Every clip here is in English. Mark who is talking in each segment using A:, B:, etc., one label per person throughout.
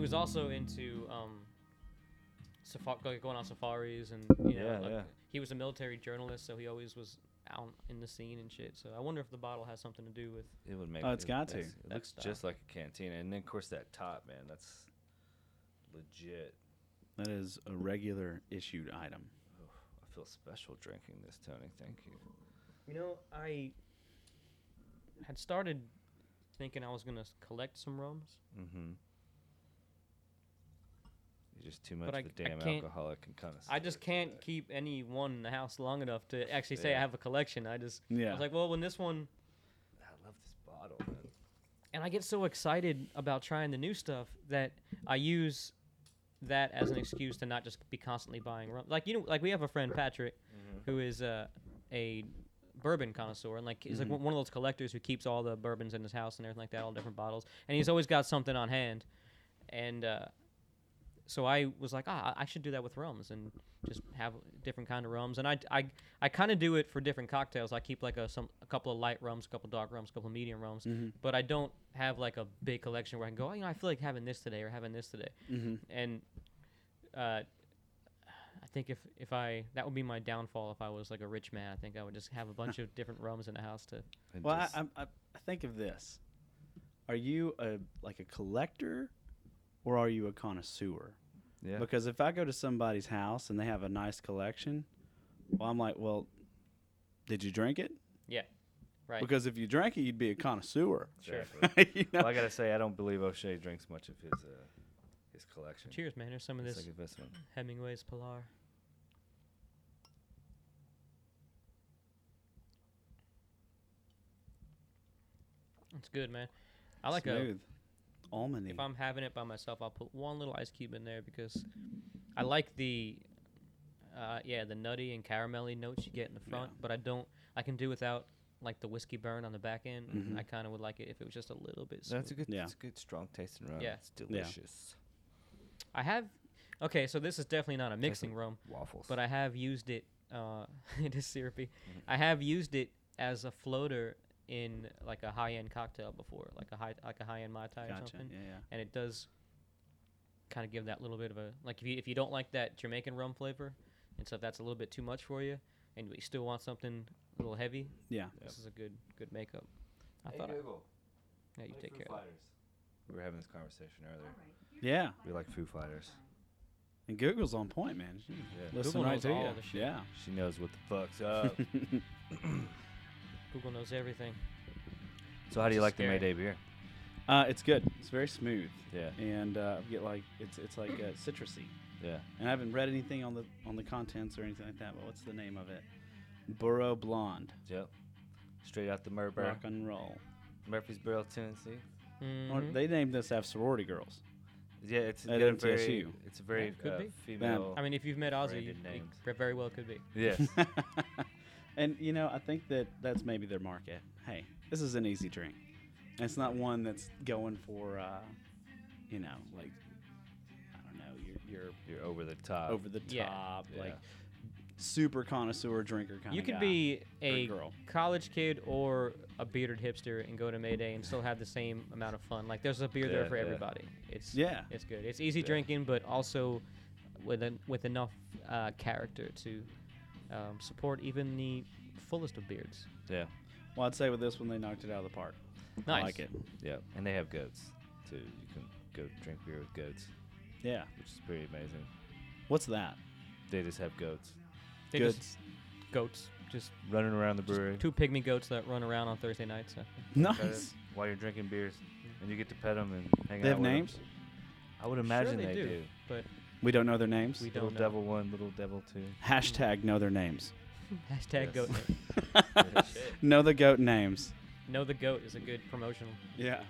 A: was also into um, safari, like going on safaris, and you know,
B: Yeah,
A: like,
B: yeah.
A: he was a military journalist, so he always was out in the scene and shit. So I wonder if the bottle has something to do with.
B: It would make.
C: Oh, it's
B: it-
C: got to.
B: it's- It
A: That
B: looks
A: style.
B: just like a cantina, and then of course that top, man. That's legit.
C: That is a regular issued item.
B: I feel special drinking this, Tony. Thank you.
A: You know, I had started thinking I was gonna s- collect some rums.
B: Mm-hmm. You're just too much
A: I-
B: of a
A: I
B: damn
A: can't-
B: alcoholic and kind of.
A: I just can't keep any one in the house long enough to actually say I
B: Yeah.
A: have a collection. I just I
C: Yeah.
A: was like, well, when this one
B: I love this bottle, man.
A: and I get so excited about trying the new stuff that I use that as an excuse to not just be constantly buying rum. Like you know, like we have a friend Patrick, who is uh, a bourbon connoisseur and like he's like one- one of those collectors who keeps all the bourbons in his house and everything like that, all different bottles, and he's always got something on hand, and. Uh, so I was like, ah, I I should do that with rums and just have different kind of rums. And I, I, I kind of do it for different cocktails. I keep like a some a couple of light rums, a couple of dark rums, a couple of medium rums,
C: Mm-hmm.
A: but I don't have like a big collection where I can go, oh, you know, I feel like having this today or having this today.
C: Mm-hmm.
A: And uh, I think if if I that would be my downfall if I was like a rich man. I think I would just have a bunch of different rums in the house to.
B: And
C: Well, I,
B: just-
C: I'm- I, I think of this. Are you a like a collector, or are you a connoisseur?
B: yeah.
C: Because if I go to somebody's house and they have a nice collection, well, I'm like, well, did you drink it?
A: Yeah, right.
C: Because if you drank it, you'd be a connoisseur.
A: sure.
B: exactly.
C: you know?
B: well, I gotta say, I don't believe O'Shea drinks much of his uh, his collection.
A: Cheers, man. Here's some of
B: It's
A: this
B: like this one.
A: Hemingway's Pilar. It's good, man. I like a
C: smooth, almondy.
A: if I'm having it by myself, I'll put one little ice cube in there because I like the uh, yeah the nutty and caramelly notes you get in the front, but I don't. I can do without like the whiskey burn on the back end. I kind of would like it if it was just a little bit. Smooth.
B: That's a good.
C: Yeah.
B: It's a good strong tasting rum.
A: Yeah.
B: It's delicious.
A: I have okay, so this is definitely not a mixing
B: like
A: rum,
B: Waffles.
A: but I have used it. Uh, it is syrupy. I have used it as a floater in like a high end cocktail before, like a high like a high end mai tai or
C: gotcha.
A: something.
C: Yeah, yeah.
A: and it does kind of give that little bit of a like if you if you don't like that Jamaican rum flavor, and so if that's a little bit too much for you, and you still want something a little heavy,
C: Yeah.
A: this is a good good makeup. I thought I,
B: Google.
A: yeah, you take care. of that.
B: We were having this conversation earlier.
C: Yeah.
B: We like Foo Fighters.
C: And Google's on point, man. She
B: Yeah.
C: Listen
A: Google
C: right
A: knows
C: to
A: all
C: you.
A: the shit.
C: Yeah.
B: She knows what the fuck's up.
A: Google knows everything.
B: so how do you like the
A: Scary.
B: Mayday beer?
C: Uh, it's good. It's very smooth.
B: Yeah.
C: And uh, you get like it's it's like uh, citrusy.
B: Yeah.
C: And I haven't read anything on the on the contents or anything like that. But what's the name of it? Burrow Blonde.
B: Yep. Straight out the Murfreesboro,
C: Rock and roll.
B: Murfreesboro, Tennessee.
C: Or
A: Mhm.
C: they named this after sorority girls.
B: Yeah, it's
C: At
B: got a very,
C: MTSU.
B: it's a very
A: Yeah, could
B: uh,
A: be.
B: female.
A: I mean, if you've met Ozzy, you,
B: Branded
A: you
B: names.
A: pre- very well could be.
B: yes.
C: and you know, I think that that's maybe their market. Hey, this is an easy drink. And it's not one that's going for, uh, you know, like I don't know, your your
B: You're over the top.
C: over the
A: Oh, yeah.
C: top,
B: Yeah.
C: like super connoisseur drinker kind
A: You
C: of.
A: could be
C: Or
A: a
C: girl.
A: college kid or a bearded hipster and go to Mayday and still have the same amount of fun. Like there's a beer there
B: Yeah,
A: for
B: yeah.
A: everybody. It's
C: Yeah.
A: it's good. It's easy
B: Yeah.
A: drinking, but also with en- with enough uh, character to um, support even the fullest of beards.
B: Yeah.
C: Well, I'd say with this one they knocked it out of the park.
A: Nice.
C: I like it.
B: Yeah. And they have goats too. You can go drink beer with goats,
C: Yeah.
B: which is pretty amazing.
C: What's that?
B: They just have goats
A: They
C: Good.
A: just- goats, just
B: running around the brewery.
A: two pygmy goats that run around on Thursday nights. uh, So.
B: pet
C: Nice.
B: 'em While you're drinking beers, and you get to pet them and hang
C: They
B: out.
C: have
B: with 'em.
C: names.
B: I would imagine
A: they
B: they,
A: do.
B: do.
A: But
C: We don't know their names.
A: we
B: Little
A: don't know.
B: devil one, little devil two.
C: Hashtag know their names.
A: Hashtag
B: Yes.
A: goat. name.
C: Know the goat names.
A: know the goat is a good promotional.
C: Yeah.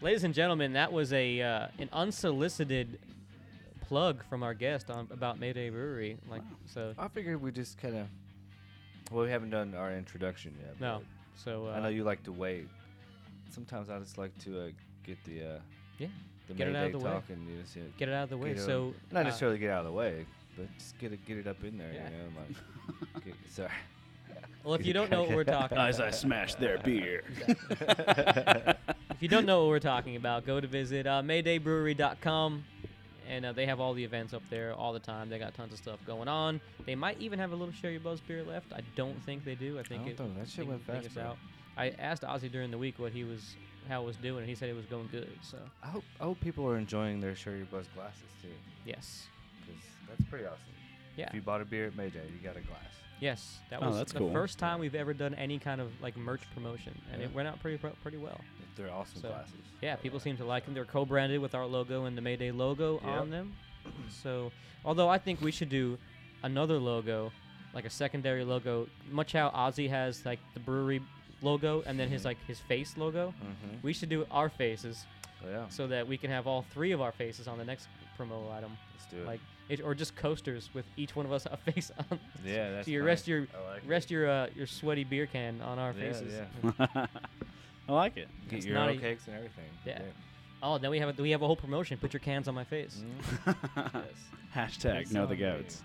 A: Ladies and gentlemen, that was a uh, an unsolicited plug from our guest on about Mayday Brewery. Like so,
B: I figured we just kind of. Well, we haven't done our introduction yet.
A: no,
B: but
A: so uh,
B: I know you like to wait. Sometimes I just like to uh, get the uh,
A: Yeah,
B: the
A: get it out
B: Mayday
A: of the way.
B: talk and you just, you know,
A: get it out of the way.
B: get it
A: So
B: on- not
A: uh,
B: necessarily get out of the way, but just get it get it up in there.
A: Yeah.
B: You know, and like get, sorry.
A: well, if you don't know what we're talking,
C: As
A: about,
C: I smash their beer.
A: if you don't know what we're talking about, go to visit uh, MaydayBrewery.com. and uh, they have all the events up there all the time. They got tons of stuff going on. They might even have a little Share Your Buzz beer left. I don't think they do. I think
B: don't
A: it,
B: know. That shit
A: think-
B: went
A: think
B: fast,
A: it's
B: bro.
A: out. I asked Ozzy during the week what he was, how it was doing, and he said it was going good. So
B: I hope I hope people are enjoying their Share Your Buzz glasses too,
A: yes,
B: because that's pretty awesome.
A: Yeah.
B: If you bought a beer at Mayday, you got a glass.
A: yes, that
C: Oh,
A: was
C: that's
A: the
C: cool.
A: first time we've ever done any kind of like merch promotion, and
B: Yeah.
A: it went out pretty pro- pretty well.
B: If they're awesome
A: So,
B: glasses.
A: Yeah,
B: by the
A: people
B: way.
A: seem to like them. They're co-branded with our logo and the Mayday logo
B: Yep.
A: on them. So, although I think we should do another logo, like a secondary logo, much how Ozzy has like the brewery logo and then his
B: Mm-hmm.
A: like his face logo.
B: Mhm.
A: We should do our faces
B: Oh, yeah.
A: so that we can have all three of our faces on the next promo item,
B: Let's do it.
A: like it, or just coasters with each one of us a face on.
B: yeah. That's
A: so you
B: nice.
A: rest your
B: I like
A: rest your uh, your sweaty beer can on our
B: Yeah,
A: faces.
B: yeah.
C: I like it.
B: Get
A: It's
B: your
A: not
B: own
A: a-
B: cakes and everything.
A: Yeah. Oh, then we have a, we have a whole promotion. Put your cans on my face.
B: Mhm.
A: Mm-hmm.
B: Yes.
C: Hashtag know the
B: Sound menu.
C: goats.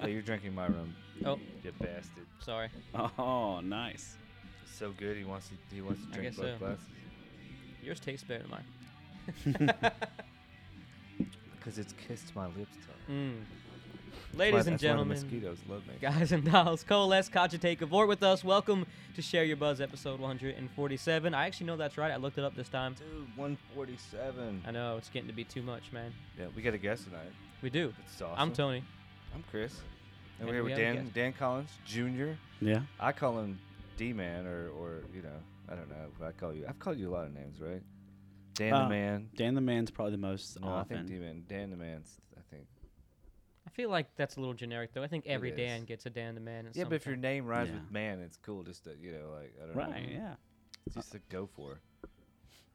B: Yeah, you're drinking my rum,
A: Oh,
B: you bastard.
A: sorry.
C: Oh, nice.
B: It's so good. He wants to. He wants to
A: I
B: drink
A: guess
B: both
A: so.
B: glasses
A: Yours tastes better than mine.
B: because it's kissed my lips. Tom.
A: Mm.
B: That's why-
A: Ladies and
B: that's why the
A: gentlemen,
B: mosquitoes love me.
A: guys and dolls, coalesce, cogitate, cavort with us. Welcome to Share Your Buzz, episode 147. I actually know that's right. I looked it up this time.
B: Dude, 147.
A: I know it's getting to be too much, man.
B: Yeah, we got a guest tonight.
A: We do.
B: It's awesome.
A: I'm Tony.
B: I'm Chris.
A: And
B: And, we're here
A: we
B: with
A: have a
B: Dan
A: guest.
B: Dan Collins Jr.
C: Yeah.
B: I call him D Man or or you know I don't know what I call you. I've called you a lot of names, right? Dan
C: Uh,
B: the Man.
C: Dan the Man's probably the most
B: No, I
C: often.
B: think D Man. Dan the Man's. I think.
A: I feel like that's a little generic, though. I think every
B: is.
A: Dan gets a Dan the Man. at
B: Yeah,
A: some
B: but if your
A: point.
B: name rhymes
C: Yeah.
B: with man, it's cool. Just to, you know, like I don't know.
C: right. Yeah.
B: Just to go for.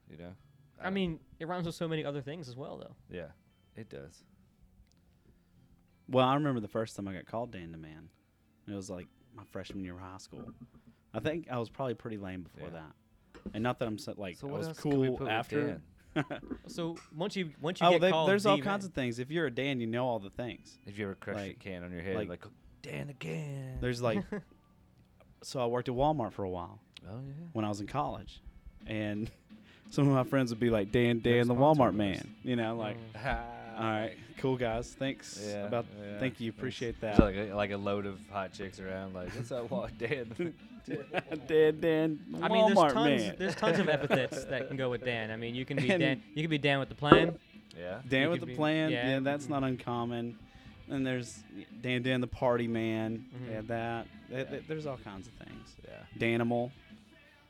B: You know.
A: I
B: don't-
A: mean, it rhymes with so many other things as well, though.
B: Yeah, it does.
C: Well, I remember the first time I got called Dan the Man. It was like my freshman year of high school. I think I was probably pretty lame before
B: Yeah.
C: that. And not that I'm so, like
B: So
C: I
B: what
C: was
B: else can we put
C: cool
B: with
C: after.
B: Dan?
A: So once you once you
C: oh,
A: get
C: they,
A: called,
C: there's all
A: D-Man-
C: kinds of things. If you're a Dan, you know all the things.
B: If you ever crushed
C: Like-
B: your can on your head,
C: like-
B: like, "Oh, Dan again.
C: There's like, so I worked at Walmart for a while
B: oh yeah.
C: when I was in college, and some of my friends would be like, "Dan,
B: They're
C: Dan, the
B: sponsoring
C: Walmart
B: us.
C: man," you know, like,
A: Mm.
C: all right, cool guys, thanks
B: Yeah,
C: about,
B: yeah,
C: thank you,
B: thanks.
C: appreciate
B: There's
C: that.
B: like a, like a load of hot chicks around. Like what's up, Wa- Dan?
C: Dan, Dan, Walmart
A: I mean, there's tons,
C: man.
A: there's tons of epithets that can go with Dan. I mean, you can be
C: And-
A: Dan, you can be Dan with the plan.
B: yeah.
A: You
C: Dan with
A: could
C: the
A: be-
C: plan,
A: yeah. mm-hmm.
C: yeah. that's not uncommon. And there's Dan Dan the party man.
A: Mhm.
C: Yeah, that. Th-
B: Yeah.
C: th- There's all kinds of things.
B: Yeah.
C: Danimal.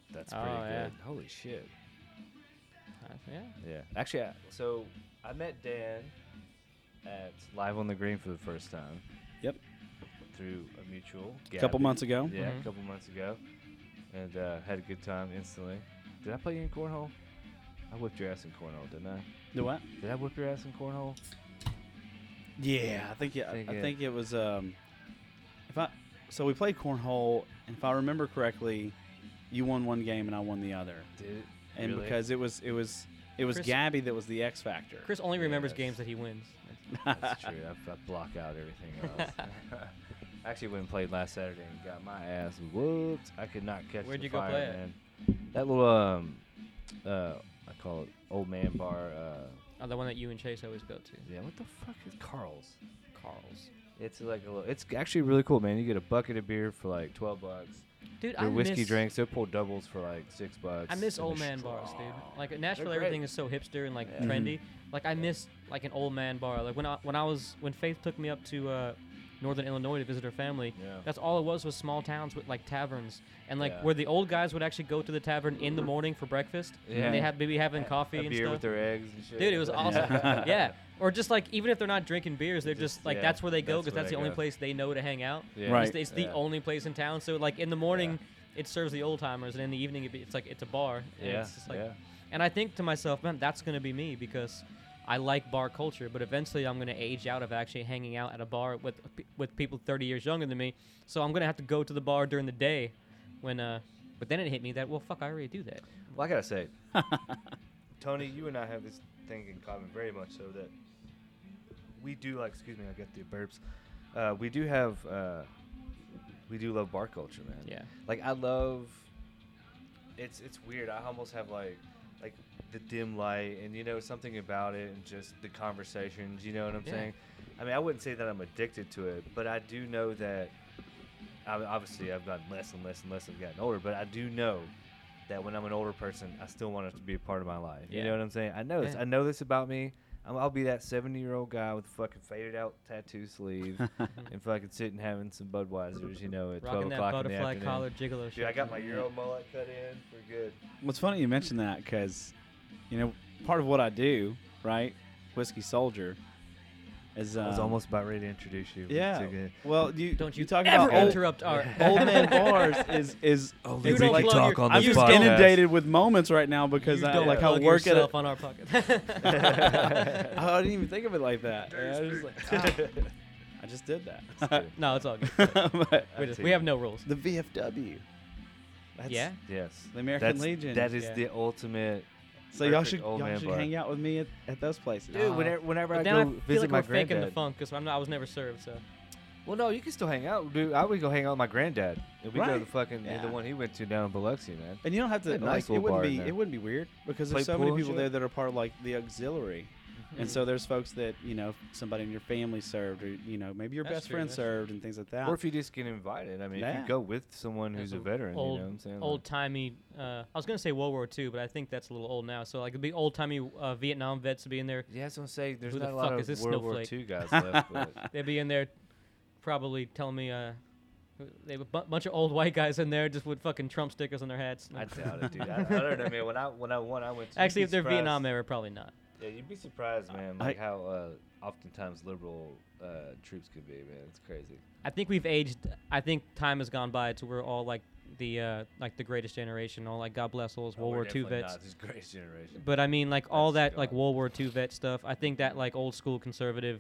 B: That's
A: Oh,
B: pretty good.
A: yeah.
B: Holy shit.
A: Uh, yeah.
B: Yeah. Actually, I, so I met Dan at Live on the Green for the first time.
C: Yep.
B: Through a mutual.
C: A couple
B: Gabby.
C: months ago.
B: Yeah,
A: Mhm.
B: a couple months ago, and uh, had a good time instantly. Did I play you in cornhole? I whipped your ass in cornhole, didn't I?
C: The what?
B: Did I whip your ass in cornhole?
C: Yeah, I think yeah, I-
B: Think
C: I
B: it-
C: think it was um if I so we played cornhole and if I remember correctly, you won one game and I won the other.
B: Did it?
C: And
B: Really?
C: because it was it was it was
A: Chris-
C: Gabby that was the X factor.
A: Chris only remembers
B: Yes.
A: games that he wins.
B: that's true, I, I block out everything else. Actually, went and played last Saturday and got my ass whooped. I could not catch.
A: Where'd
B: the
A: you go
B: fire,
A: play at?
B: man. That little um, uh, I call it old man bar. Uh,
A: Oh, the one that you and Chase always go to.
B: yeah, what the fuck is Carl's?
A: Carl's.
B: It's like a little. It's actually really cool, man. You get a bucket of beer for like twelve bucks.
A: Dude, I
B: Their whiskey
A: miss,
B: drinks, they pull doubles for like six bucks.
A: I miss
B: and
A: old
B: they're
A: man bars, dude.
B: strong.
A: Like in Nashville,
B: great.
A: everything is so hipster and like
B: Yeah. Mhm.
A: trendy. Like I miss like an old man bar. Like when I when I was when Faith took me up to uh, Northern Illinois to visit her family.
B: Yeah.
A: That's all it was was small towns with like taverns and like
B: Yeah.
A: where the old guys would actually go to the tavern in the morning for breakfast. And they
B: Yeah.
A: had maybe having coffee
B: a
A: and
B: beer
A: stuff.
B: with their eggs and shit.
A: Dude, it was awesome. yeah. Or just like even if they're not drinking beers, they're just,
B: Just-
A: like
B: yeah,
A: that's where they go
B: that's
A: because
B: where
A: that's,
B: they
A: the only
B: go.
A: place they know to hang out.
B: Yeah.
C: Right.
A: It's, it's the
B: Yeah.
A: only place in town. So like in the morning, it serves the old timers, and in the evening, it be, it's like it's a bar. And
B: Yeah.
A: It's just like,
B: yeah.
A: And I think to myself, man, that's gonna be me because I like bar culture. But eventually, I'm gonna age out of actually hanging out at a bar with with people 30 years younger than me. So I'm gonna have to go to the bar during the day, when uh. But then it hit me that well, fuck, I already do that.
B: Well, I gotta say, Tony, you and I have this thing in common very much so that we do like. Excuse me, I got the burps. Uh, we do have. Uh, we do love bar culture, man.
A: Yeah.
B: Like I love. It's it's weird. I almost have like like the dim light and you know something about it and just the conversations. You know what I'm
A: Yeah.
B: saying? I mean, I wouldn't say that I'm addicted to it, but I do know that. I, obviously, I've gotten less and less and less. as I've gotten older, but I do know that when I'm an older person, I still want it to be a part of my life. You
A: Yeah.
B: know what I'm saying? I know this.
A: Yeah.
B: I know this about me. I'm, I'll be that 70 year old guy with a fucking faded out tattoo sleeve and fucking sitting having some Budweisers. You know, at 12
A: Rocking that
B: o'clock in the
A: butterfly
B: afternoon.
A: collar gigolo shirt.
B: Dude, I got my
C: Yeah.
B: Euro mullet cut in. We're good.
C: What's funny you mentioned that because, you know, part of what I do, right, whiskey soldier, is um,
B: I was almost about ready to introduce you. but it's
C: yeah.
B: too good.
C: Well, you
A: Don't you,
C: talk
A: ever
C: about old,
A: interrupt our
C: old man bars is is
B: Oh,
A: You
C: it's
A: don't
C: like
A: plug your-
C: I'm
A: you
C: just
A: don't-
C: inundated with moments right now because
A: you
C: I
A: don't
C: like I
A: plug
C: work at a,
A: yourself on our podcast.
C: I didn't even think of it like that. And I, was just like, "Ah, I just did that.
B: Dude,
A: no, it's all good.
C: But
A: We, just, we have no rules.
C: the VFW. That's
A: yeah,
B: Yes.
C: The American
B: That's-
C: Legion.
B: That is
A: Yeah.
B: the ultimate.
C: So y'all
B: perfect
C: should
B: old
C: y'all
B: man
C: should
B: bar.
C: hang out with me at, at those places.
B: Dude,
A: Uh,
B: whenever, whenever I
A: but
B: go
A: now I feel
B: visit
A: like
B: my
A: we're faking the
B: granddad.
A: funk because I'm not. I was never served, so
B: Well, no, you can still hang out, dude. I would go hang out with my granddad. And we go to the
C: Right.
B: fucking the
C: Yeah.
B: one he went to down in Biloxi, man.
C: And you don't have to
B: A nice
C: like it
B: little
C: wouldn't
B: bar in
C: be
B: there.
C: it wouldn't be weird because
B: Play
C: there's so
B: pool
C: many
B: and
C: people
B: shit.
C: there that are part of like the auxiliary.
A: Mm-hmm.
C: And so there's folks that, you know, somebody in your family served or you know, maybe your
A: That's
C: best
A: true,
C: friend
A: that's true.
C: served and things like that.
B: Or if you just get invited, I mean, if you
C: Yeah.
B: go with someone who's a
A: That's
B: veteran,
A: old-
B: you know what I'm saying?
A: old timey. Uh, I was gonna say World War II, but I think that's a little old now. So like it'd be old timey uh, Vietnam vets would be in there.
B: Like, yeah, that's what I'm saying. There's
A: Who the
B: not a lot
A: fuck
B: of
A: is this
B: World
A: snowflake?
B: War II guys left, but
A: They'd be in there, probably telling me. Uh, they have a bu- bunch of old white guys in there just with fucking Trump stickers on their hats.
B: I doubt it, dude. I, I don't know, man. When I when I when I went to
A: Actually,
B: you'd
A: if
B: be
A: they're
B: surprised-
A: Vietnam era, probably not.
B: yeah, you'd be surprised, man,
C: I-
B: like how uh, oftentimes liberal uh, troops could be, man. It's crazy.
A: I think we've aged. I think time has gone by to we're all like the uh, like the greatest generation. All like God bless
B: Oh,
A: those World War II vets.
B: This greatest generation.
A: But I mean, like all
B: That's
A: that like
B: gone.
A: World War II vet stuff. I think that like old school conservative,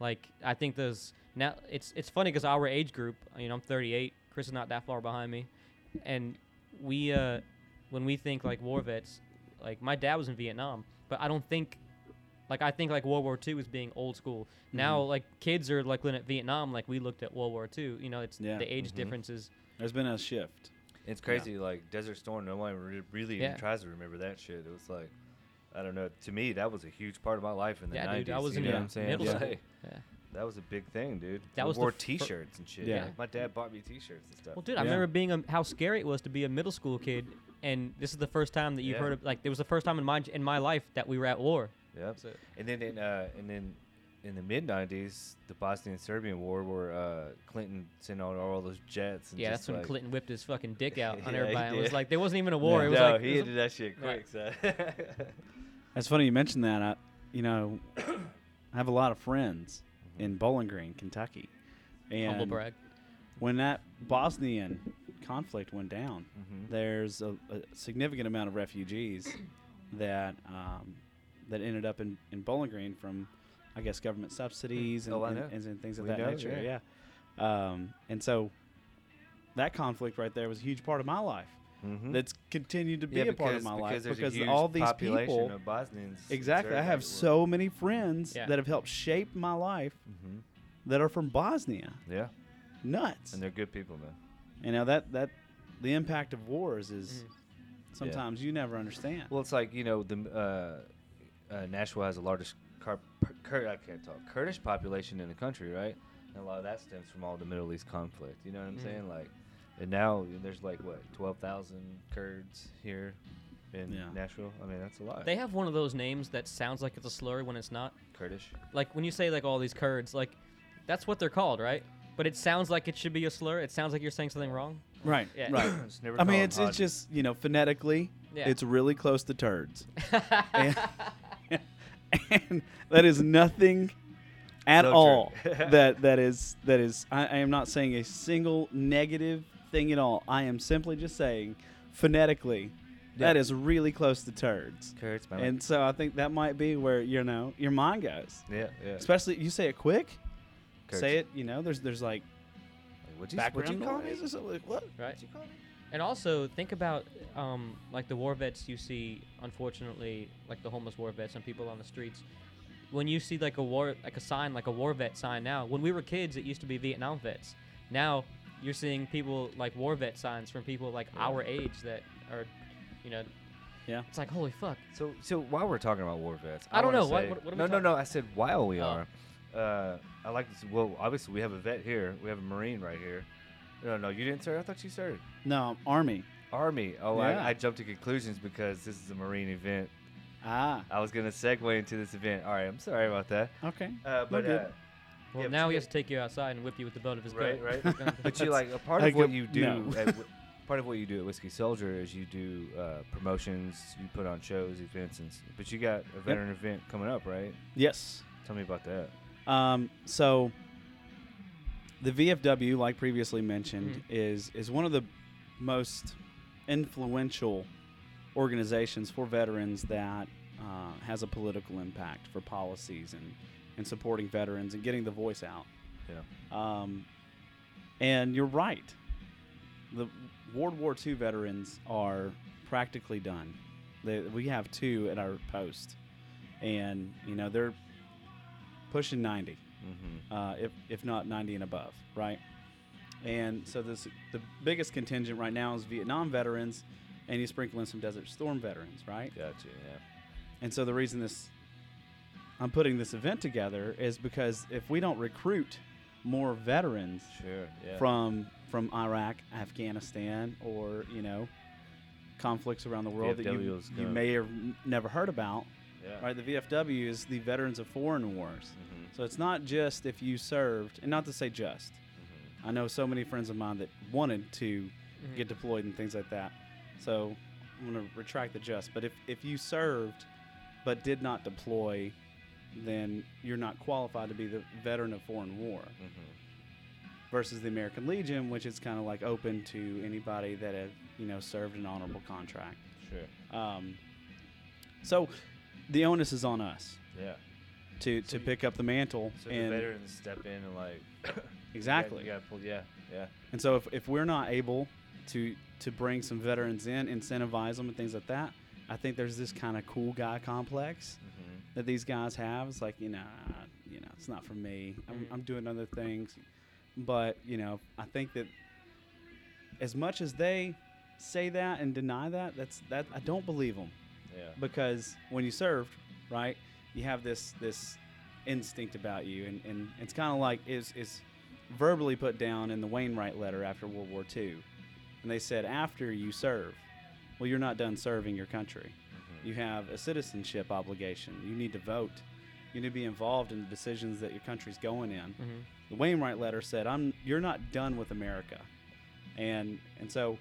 A: like I think those now it's it's funny because our age group. You know, I'm 38. Chris is not that far behind me, and we uh when we think like war vets, like my dad was in Vietnam, but I don't think. Like I think like World War II is being old school. Now like kids are like looking at Vietnam like we looked at World War II. You know, it's
C: Yeah.
A: the age
B: Mhm.
A: differences.
C: There's been a shift.
B: It's crazy, like Desert Storm. No one re- really
A: Yeah.
B: even tries to remember that shit. It was like, I don't know. To me, that was a huge part of my life in the
A: Yeah,
B: 90s.
A: dude, I was
B: you
A: in
B: know
C: mi-
B: what I'm saying?
A: middle
B: Like,
A: school. Yeah.
B: That was a big thing, dude.
A: That
B: I
A: was the
B: wore
A: fir-
B: T-shirts and shit.
C: Yeah.
B: my dad bought me T-shirts and stuff.
A: Well, dude, I
C: Yeah.
A: remember being a, how scary it was to be a middle school kid, and this is the first time that you've
B: Yeah.
A: heard of. Like, it was the first time in my in my life that we were at war.
B: Yep.
A: So-
B: And then in uh, and then in the mid '90s, the Bosnian and Serbian War, where uh, Clinton sent out all those jets. And
A: yeah,
B: just
A: that's when
B: like-
A: Clinton whipped his fucking dick out on
B: Yeah, he
A: everybody. It was
B: did.
A: like there wasn't even a war.
C: Yeah.
A: It was
B: no,
A: like
B: he
A: it was
B: ended that shit
A: Right.
B: quick. So.
C: It's funny you mentioned that. I, you know, I have a lot of friends in Bowling Green, Kentucky,
A: a
C: and
A: humble brag.
C: when that Bosnian conflict went down,
B: Mhm.
C: there's a, a significant amount of refugees that um, that ended up in, in Bowling Green from, I guess, government subsidies and,
B: Oh, I
C: and,
B: know.
C: and, things of
B: We
C: that
B: know,
C: nature. Yeah. Um, and so that conflict right there was a huge part of my life.
B: Mhm.
C: That's continued to be
B: Yeah,
C: a part of my life
B: there's a
C: because
B: huge
C: all these
B: population
C: people.
B: of Bosnians. and
C: Exactly. I
B: Serbs
C: have
B: that were-
C: so many friends
A: Yeah.
C: that have helped shape my life
B: Mhm.
C: that are from Bosnia.
B: Yeah,
C: Nuts.
B: and they're good people, man.
C: you know that that the impact of wars
A: Mm-hmm.
C: is sometimes you never understand.
B: Well, it's like you know the uh, uh, Nashville has the largest car- per- Kur- I can't talk Kurdish population in the country, right? And a lot of that stems from all the Middle East conflict. You know what I'm
C: Mm.
A: Mhm.
B: saying? Like, and now there's like what 12,000 Kurds here in
C: Yeah.
B: Nashville. I mean, that's a lot.
A: They have one of those names that sounds like it's a slur when it's not.
B: Kurdish.
A: Like when you say like all these Kurds, like that's what they're called, right? But it sounds like it should be a slur. It sounds like you're saying something wrong.
C: right.
A: yeah.
C: Right.
B: Just never
C: I
B: call
C: mean,
B: 'em
C: it's it's
B: Hodges.
C: just you know phonetically,
A: Yeah.
C: it's really close to turds, and, and that is nothing at
B: So true.
C: all. that that is that is. I, I am not saying a single negative thing at all. I am simply just saying phonetically. That
B: Yeah.
C: is really close to turds.
B: Kurds, man.
C: And so I think that might be where you know your mind goes.
B: yeah, yeah.
C: Especially you say it quick,
B: Kurds.
C: say it. You know, there's there's like
B: Like, what'd you,
C: background
B: what'd you call me?
C: noise or something. Like, what?
A: Right.
B: What'd you call me?
A: And also think about um, like the war vets you see, unfortunately, like the homeless war vets and people on the streets. When you see like a war, like a sign, like a war vet sign now. When we were kids, it used to be Vietnam vets. Now you're seeing people like war vet signs from people like our age that are, you know,
C: Yeah.
A: It's like holy fuck.
B: So, so while we're talking about war vets,
A: I don't
B: wanna
A: know, what-
B: say-
A: what- what are we
B: no, no,
A: talking-
B: no. I said while we
A: Oh.
B: are. Uh, I like this. Well, obviously we have a vet here. We have a marine right here. No, no, you didn't serve. I thought you served.
C: No, Army.
B: Army. Oh,
C: Yeah.
B: I, I jumped to conclusions because this is a marine event.
C: Ah,
B: I was gonna segue into this event. All right, I'm sorry about that.
C: okay.
B: Uh, but
C: good.
B: uh,
A: Well,
B: Yeah, but
A: now
B: you
A: he
B: get-
A: has to take you outside and whip you with the butt of his
B: Right,
A: gun.
B: right. but you like a part of
C: I
B: what
C: go-
B: you do
C: no.
B: at Whi- part of what you do at whiskey soldier is you do uh, promotions you put on shows events and s- but you got a veteran event coming up right
C: yes.
B: tell me about that
C: Um, so the VFW, like previously mentioned, is is one of the most influential organizations for veterans that uh, has a political impact for policies and and supporting veterans and getting the voice out.
B: yeah
C: Um, and you're right. The World War II veterans are practically done. They, we have two at our post, and you know they're pushing 90,
B: mm-hmm.
C: uh, if if not 90 and above, right? And so this the biggest contingent right now is Vietnam veterans, and you sprinkle in some Desert Storm veterans, right?
B: gotcha yeah
C: And so the reason this I'm putting this event together is because if we don't recruit more veterans
B: sure yeah
C: from from Iraq, Afghanistan, or you know conflicts around the world that
B: VFW
C: you,
B: is
C: you
B: gonna-
C: may have n- never heard about.
B: yeah
C: Right, the VFW is the Veterans of Foreign Wars.
B: Mhm,
C: So it's not just if you served, and not to say just.
B: mhm.
C: I know so many friends of mine that wanted to
B: Hmm.
A: Mhm.
C: get deployed and things like that. So I'm going to retract the just. But if, if you served but did not deploy, then you're not qualified to be the veteran of foreign war
B: Mhm.
C: versus the American Legion, which is kind of like open to anybody that had, you know, served an honorable contract.
B: sure
C: Um, so the onus is on us
B: yeah
C: to, to pick up the mantle
B: so
C: and
B: the veterans step in and like
C: exactly.
B: yeah, yeah yeah
C: And so if, if we're not able to to bring some veterans in, incentivize them and things like that, I think there's this kind of cool guy complex
B: mm-hmm.
C: that these guys have. It's like, you know, you know, it's not for me. I'm, I'm doing other things. But, you know, I think that as much as they say that and deny that, that's that I don't believe them
B: yeah
C: because when you served, right, you have this this instinct about you, and, and it's kind of like is is verbally put down in the Wainwright letter after World War II, and they said after you serve, well, you're not done serving your country.
B: Mhm.
C: You have a citizenship obligation. You need to vote. You need to be involved in the decisions that your country's going in
A: Mhm.
C: the Wainwright letter said, "I'm you're not done with America," and and so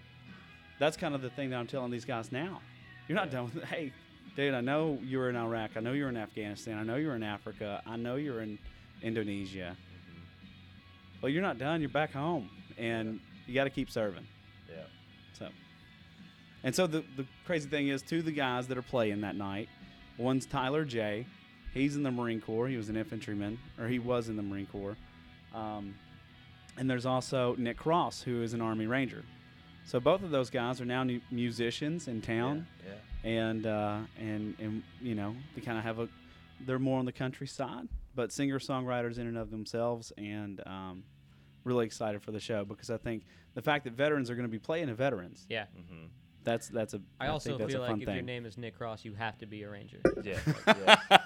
C: that's kind of the thing that I'm telling these guys now. You're not done with. Hey, dude, I know you were in Iraq. I know you were in Afghanistan. I know you were in Africa. I know you're in Indonesia. But you're not done. You're back home, and you got to keep serving.
B: mm-hmm, yeah
C: So, and so the the crazy thing is, two of the guys that are playing that night, one's Tyler J. He's in the Marine Corps. He was an infantryman, or he was in the Marine Corps. Um, and there's also Nick Cross, who is an Army Ranger. So both of those guys are now new musicians in town,
B: yeah, yeah.
C: and uh, and and you know they kind of have a, they're more on the countryside, but singer songwriters in and of themselves, and um, really excited for the show because I think the fact that veterans are going to be playing to veterans,
A: Yeah.
B: Mm-hmm.
C: that's that's a.
A: I, also
C: think that's
A: feel like
C: a fun
A: if your
C: thing.
A: name is Nick Cross, you have to be a ranger.
B: Yeah. yes, yes,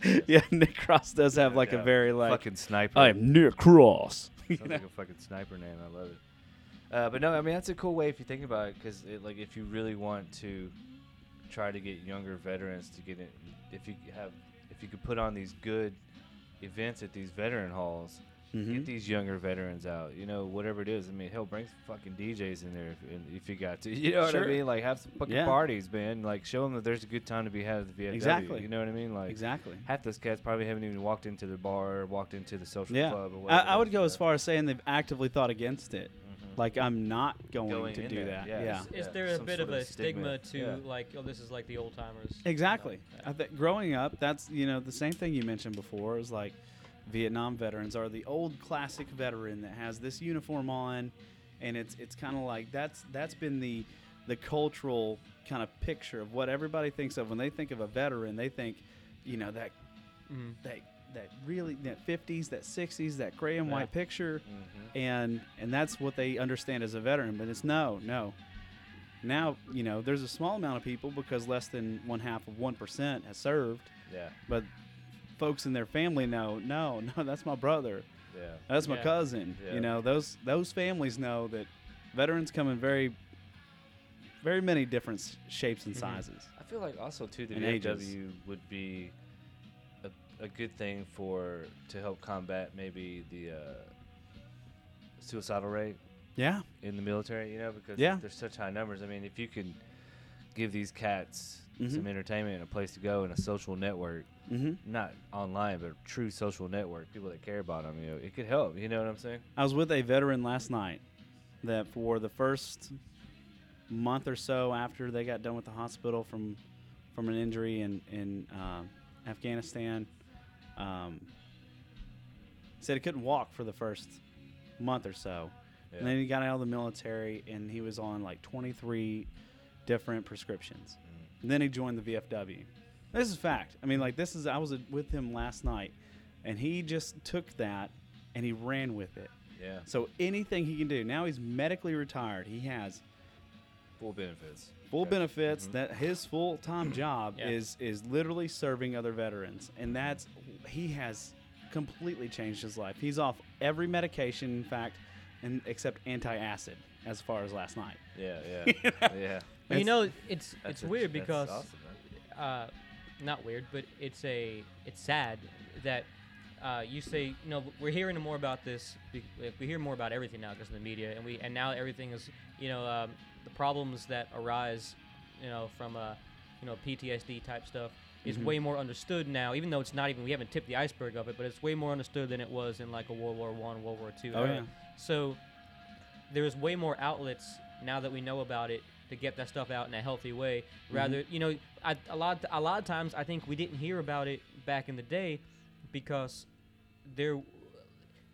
B: yes.
C: yeah, Nick Cross does have
B: No
C: like a
B: doubt.
C: very like
B: fucking sniper.
C: I am Nick Cross. You
B: Sounds
C: know?
B: like a fucking sniper name. I love it. Uh, but no, I mean that's a cool way if you think about it, because it, like if you really want to try to get younger veterans to get in, if you have, if you could put on these good events at these veteran halls,
C: Mhm.
B: get these younger veterans out. You know, whatever it is. I mean, hell, bring some fucking DJs in there if, and if you got to. You know what
C: Sure.
B: I mean? Like have some fucking
C: Yeah.
B: parties, man. Like show them that there's a good time to be had at the VFW.
C: Exactly.
B: You know what I mean? Like
C: Exactly.
B: half those cats probably haven't even walked into their bar or walked into the social
C: Yeah,
B: club or
C: I,
B: whatever.
C: I would
B: you
C: go
B: know?
C: as far as saying they've actively thought against it.
B: Mhm.
C: Like I'm not going,
B: Going
C: to
B: in
C: do
B: there,
C: that.
B: yeah.
C: Yeah.
A: Is, is
B: Yeah,
A: there a
B: some
A: bit
B: sort
A: of
B: of
A: a stigma,
B: stigma,
A: to
B: yeah.
A: like, oh, this is like the old timers?
C: Exactly.
A: Yeah.
C: I th- growing up, that's you know the same thing you mentioned before is like Vietnam veterans are the old classic veteran that has this uniform on, and it's it's kind of like that's that's been the the cultural kind of picture of what everybody thinks of when they think of a veteran. They think, you know that
A: Mhm.
C: that that really that fifties, that sixties, that gray and
B: Yeah.
C: white picture,
B: Mhm.
C: and and that's what they understand as a veteran. But it's no, no. Now, you know, there's a small amount of people because less than one half of 1% has served,
B: Yeah.
C: but folks in their family know, no, no, that's my brother.
B: Yeah.
C: That's my
A: Yeah.
C: cousin.
B: Yeah.
C: You know, those those families know that veterans come in very very many different s- shapes and
A: Mhm.
C: sizes.
B: I feel like also too the
C: And
B: VFW would be a, a good thing for to help combat maybe the uh, suicidal rate
C: Yeah.
B: in the military. You know, because
C: Yeah.
B: there's such high numbers. I mean, if you can give these cats
C: Mhm.
B: some entertainment and a place to go and a social network,
C: hmm
B: not online but a true social network, people that care about them, you know, it could help. You know what I'm saying?
C: I was with a veteran last night that for the first month or so after they got done with the hospital from from an injury in in um, Afghanistan, um, said he couldn't walk for the first month or so,
B: Yeah.
C: and then he got out of the military and he was on like 23 different prescriptions.
B: Mhm.
C: And then he joined the VFW. This is fact. I mean, like this is I was with him last night, and he just took that and he ran with it.
B: yeah,
C: So anything he can do. Now he's medically retired. He has
B: full benefits.
C: full
B: Okay.
C: benefits.
B: Mhm.
C: That his full time job
A: Yeah.
C: is is literally serving other veterans, and that's he has completely changed his life. He's off every medication, in fact, and except antacid as far as last night.
B: Yeah, yeah,
C: You know?
B: yeah.
A: But you
C: That's-
A: know, it's
B: That's
A: it's
B: a-
A: weird
B: that's
A: because
B: awesome, man.
A: uh, not weird, but it's a it's sad that uh, you say you know we're hearing more about this. be- like, We hear more about everything now because of the media, and we and now everything is you know um, the problems that arise you know from uh, you know PTSD type stuff is
C: Mhm.
B: Mm-hmm.
A: way more understood now. Even though it's not even we haven't tipped the iceberg of it, but it's way more understood than it was in like a World War One, World War Two.
C: Oh,
A: era.
C: yeah.
A: So there's way more outlets now that we know about it to get that stuff out in a healthy way. Rather, you know, I, a lot a lot of times I think we didn't hear about it back in the day because there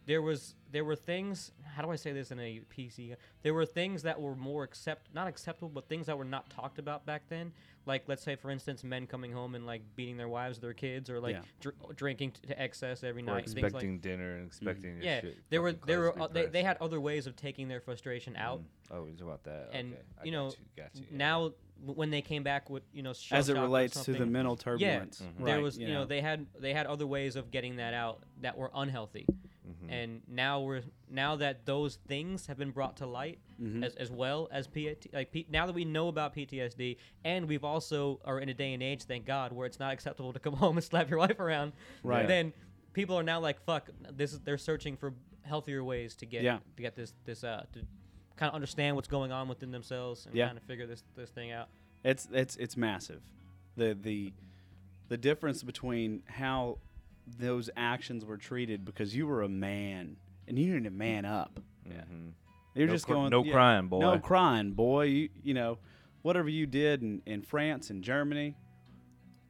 A: there was there were things. How do I say this in a PC? There were things that were more accept not acceptable, but things that were not talked about back then. Like let's say, for instance, men coming home and like beating their wives, or their kids, or like
C: Yeah.
A: dr- drinking t- to excess every
B: We're
A: night. Things like Mm,
B: expecting dinner and expecting your
A: yeah,
B: shit
A: there were
B: fucking
A: there
B: close
A: were
B: to
A: uh,
B: be
A: they, they
B: pressed.
A: had other ways of taking their frustration out.
B: Mm. Oh, it's about that.
A: And,
B: okay. I
A: you
B: got
A: know,
B: got you, Mm, yeah.
A: Now w- when they came back with you know shell
C: As it
A: shock or
C: relates to the
A: something,
C: mental turbulence,
B: Mhm.
A: there
C: Right,
A: was you know, they had they had other ways of getting that out that were unhealthy.
B: Mhm.
A: And now we're now that those things have been brought to light
C: Mhm.
A: as, as well as PT, like P, now that we know about PTSD and we've also are in a day and age thank God where it's not acceptable to come home and slap your wife around.
C: Right.
A: Then people are now like fuck this is they're searching for healthier ways to get
C: Yeah.
A: to get this this uh to kind of understand what's going on within themselves and
C: Yeah.
A: kind of figure this this thing out.
C: It's it's it's massive. The the the difference between how those actions were treated because you were a man and you need to man up.
B: Mhm.
C: You're
B: No
C: just
B: cr-
C: going
B: no
C: yeah,
B: crying, boy.
C: No crying, boy. You you know, whatever you did in, in France and Germany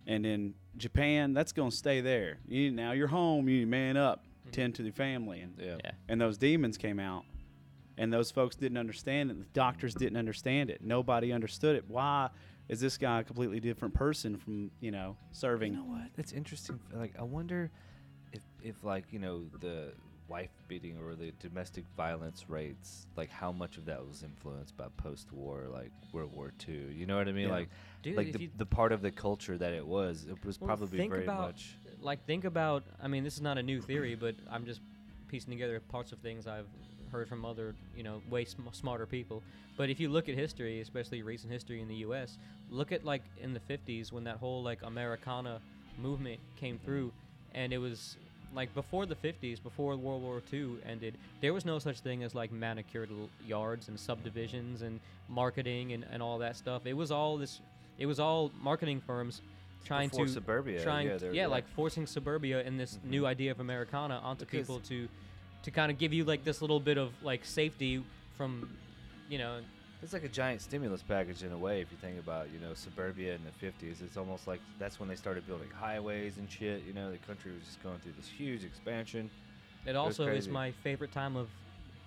C: and in Japan, that's gonna stay there. You now you're home, you need to man up, tend to the family and
B: Mm-hmm. yeah.
A: Yeah.
C: and those demons came out and those folks didn't understand it the doctors didn't understand it nobody understood it why is this guy a completely different person from you know serving
B: You know what? That's interesting. Like, I wonder if, if like, you know, the wife beating or the domestic violence rates, like, how much of that was influenced by post-war, like World War II. You know what I mean?
C: Yeah.
B: Like,
A: Dude,
B: like
A: if
B: the,
A: you-
B: the part of the culture that it was, it was
A: Well,
B: probably
A: think
B: very
A: about-
B: much.
A: like think about i mean this is not a new theory but i'm just piecing together parts of things i've heard from other you know way sm- smarter people but if you look at history especially recent history in the us look at like in the 50s when that whole like americana movement came through and it was like before the 50s before world war ii ended there was no such thing as like manicured l- yards and subdivisions and marketing and, and all that stuff it was all this it was all marketing firms trying
B: Before
A: to
B: suburbia.
A: trying
B: yeah,
A: to-
B: they're Mm-hmm.
A: yeah, like forcing suburbia and this new idea of Americana onto
B: Because-
A: people to to kind of give you like this little bit of like safety from you know
B: It's like a giant stimulus package in a way. If you think about, you know, suburbia in the '50s, it's almost like that's when they started building highways and shit. You know, the country was just going through this huge expansion.
A: it also is
B: crazy.
A: my favorite time of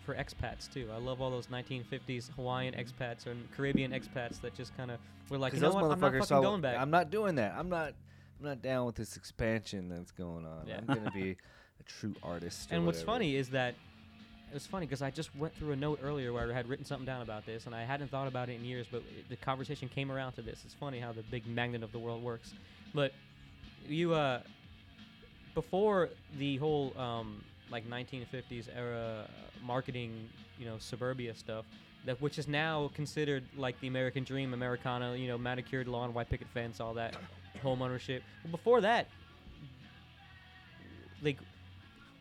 A: for expats too. I love all those 1950s Hawaiian expats and Caribbean expats that just kind of were like, you
B: 'Cause
A: know
B: Mm-hmm. those
A: what, I'm not
B: motherfuckers
A: fucking
B: saw-
A: going back.
B: I'm not doing that. I'm not. I'm not down with this expansion that's going on.
A: Yeah.
B: I'm gonna be a true artist. or
A: and what's
B: whatever.
A: funny is that It's funny because I just went through a note earlier where I had written something down about this, and I hadn't thought about it in years. But it, the conversation came around to this. It's funny how the big magnet of the world works. But you, uh, before the whole um, like 1950s era marketing, you know, suburbia stuff, that which is now considered like the American dream, Americana, you know, manicured lawn, white picket fence, all that home ownership. Well, before that, like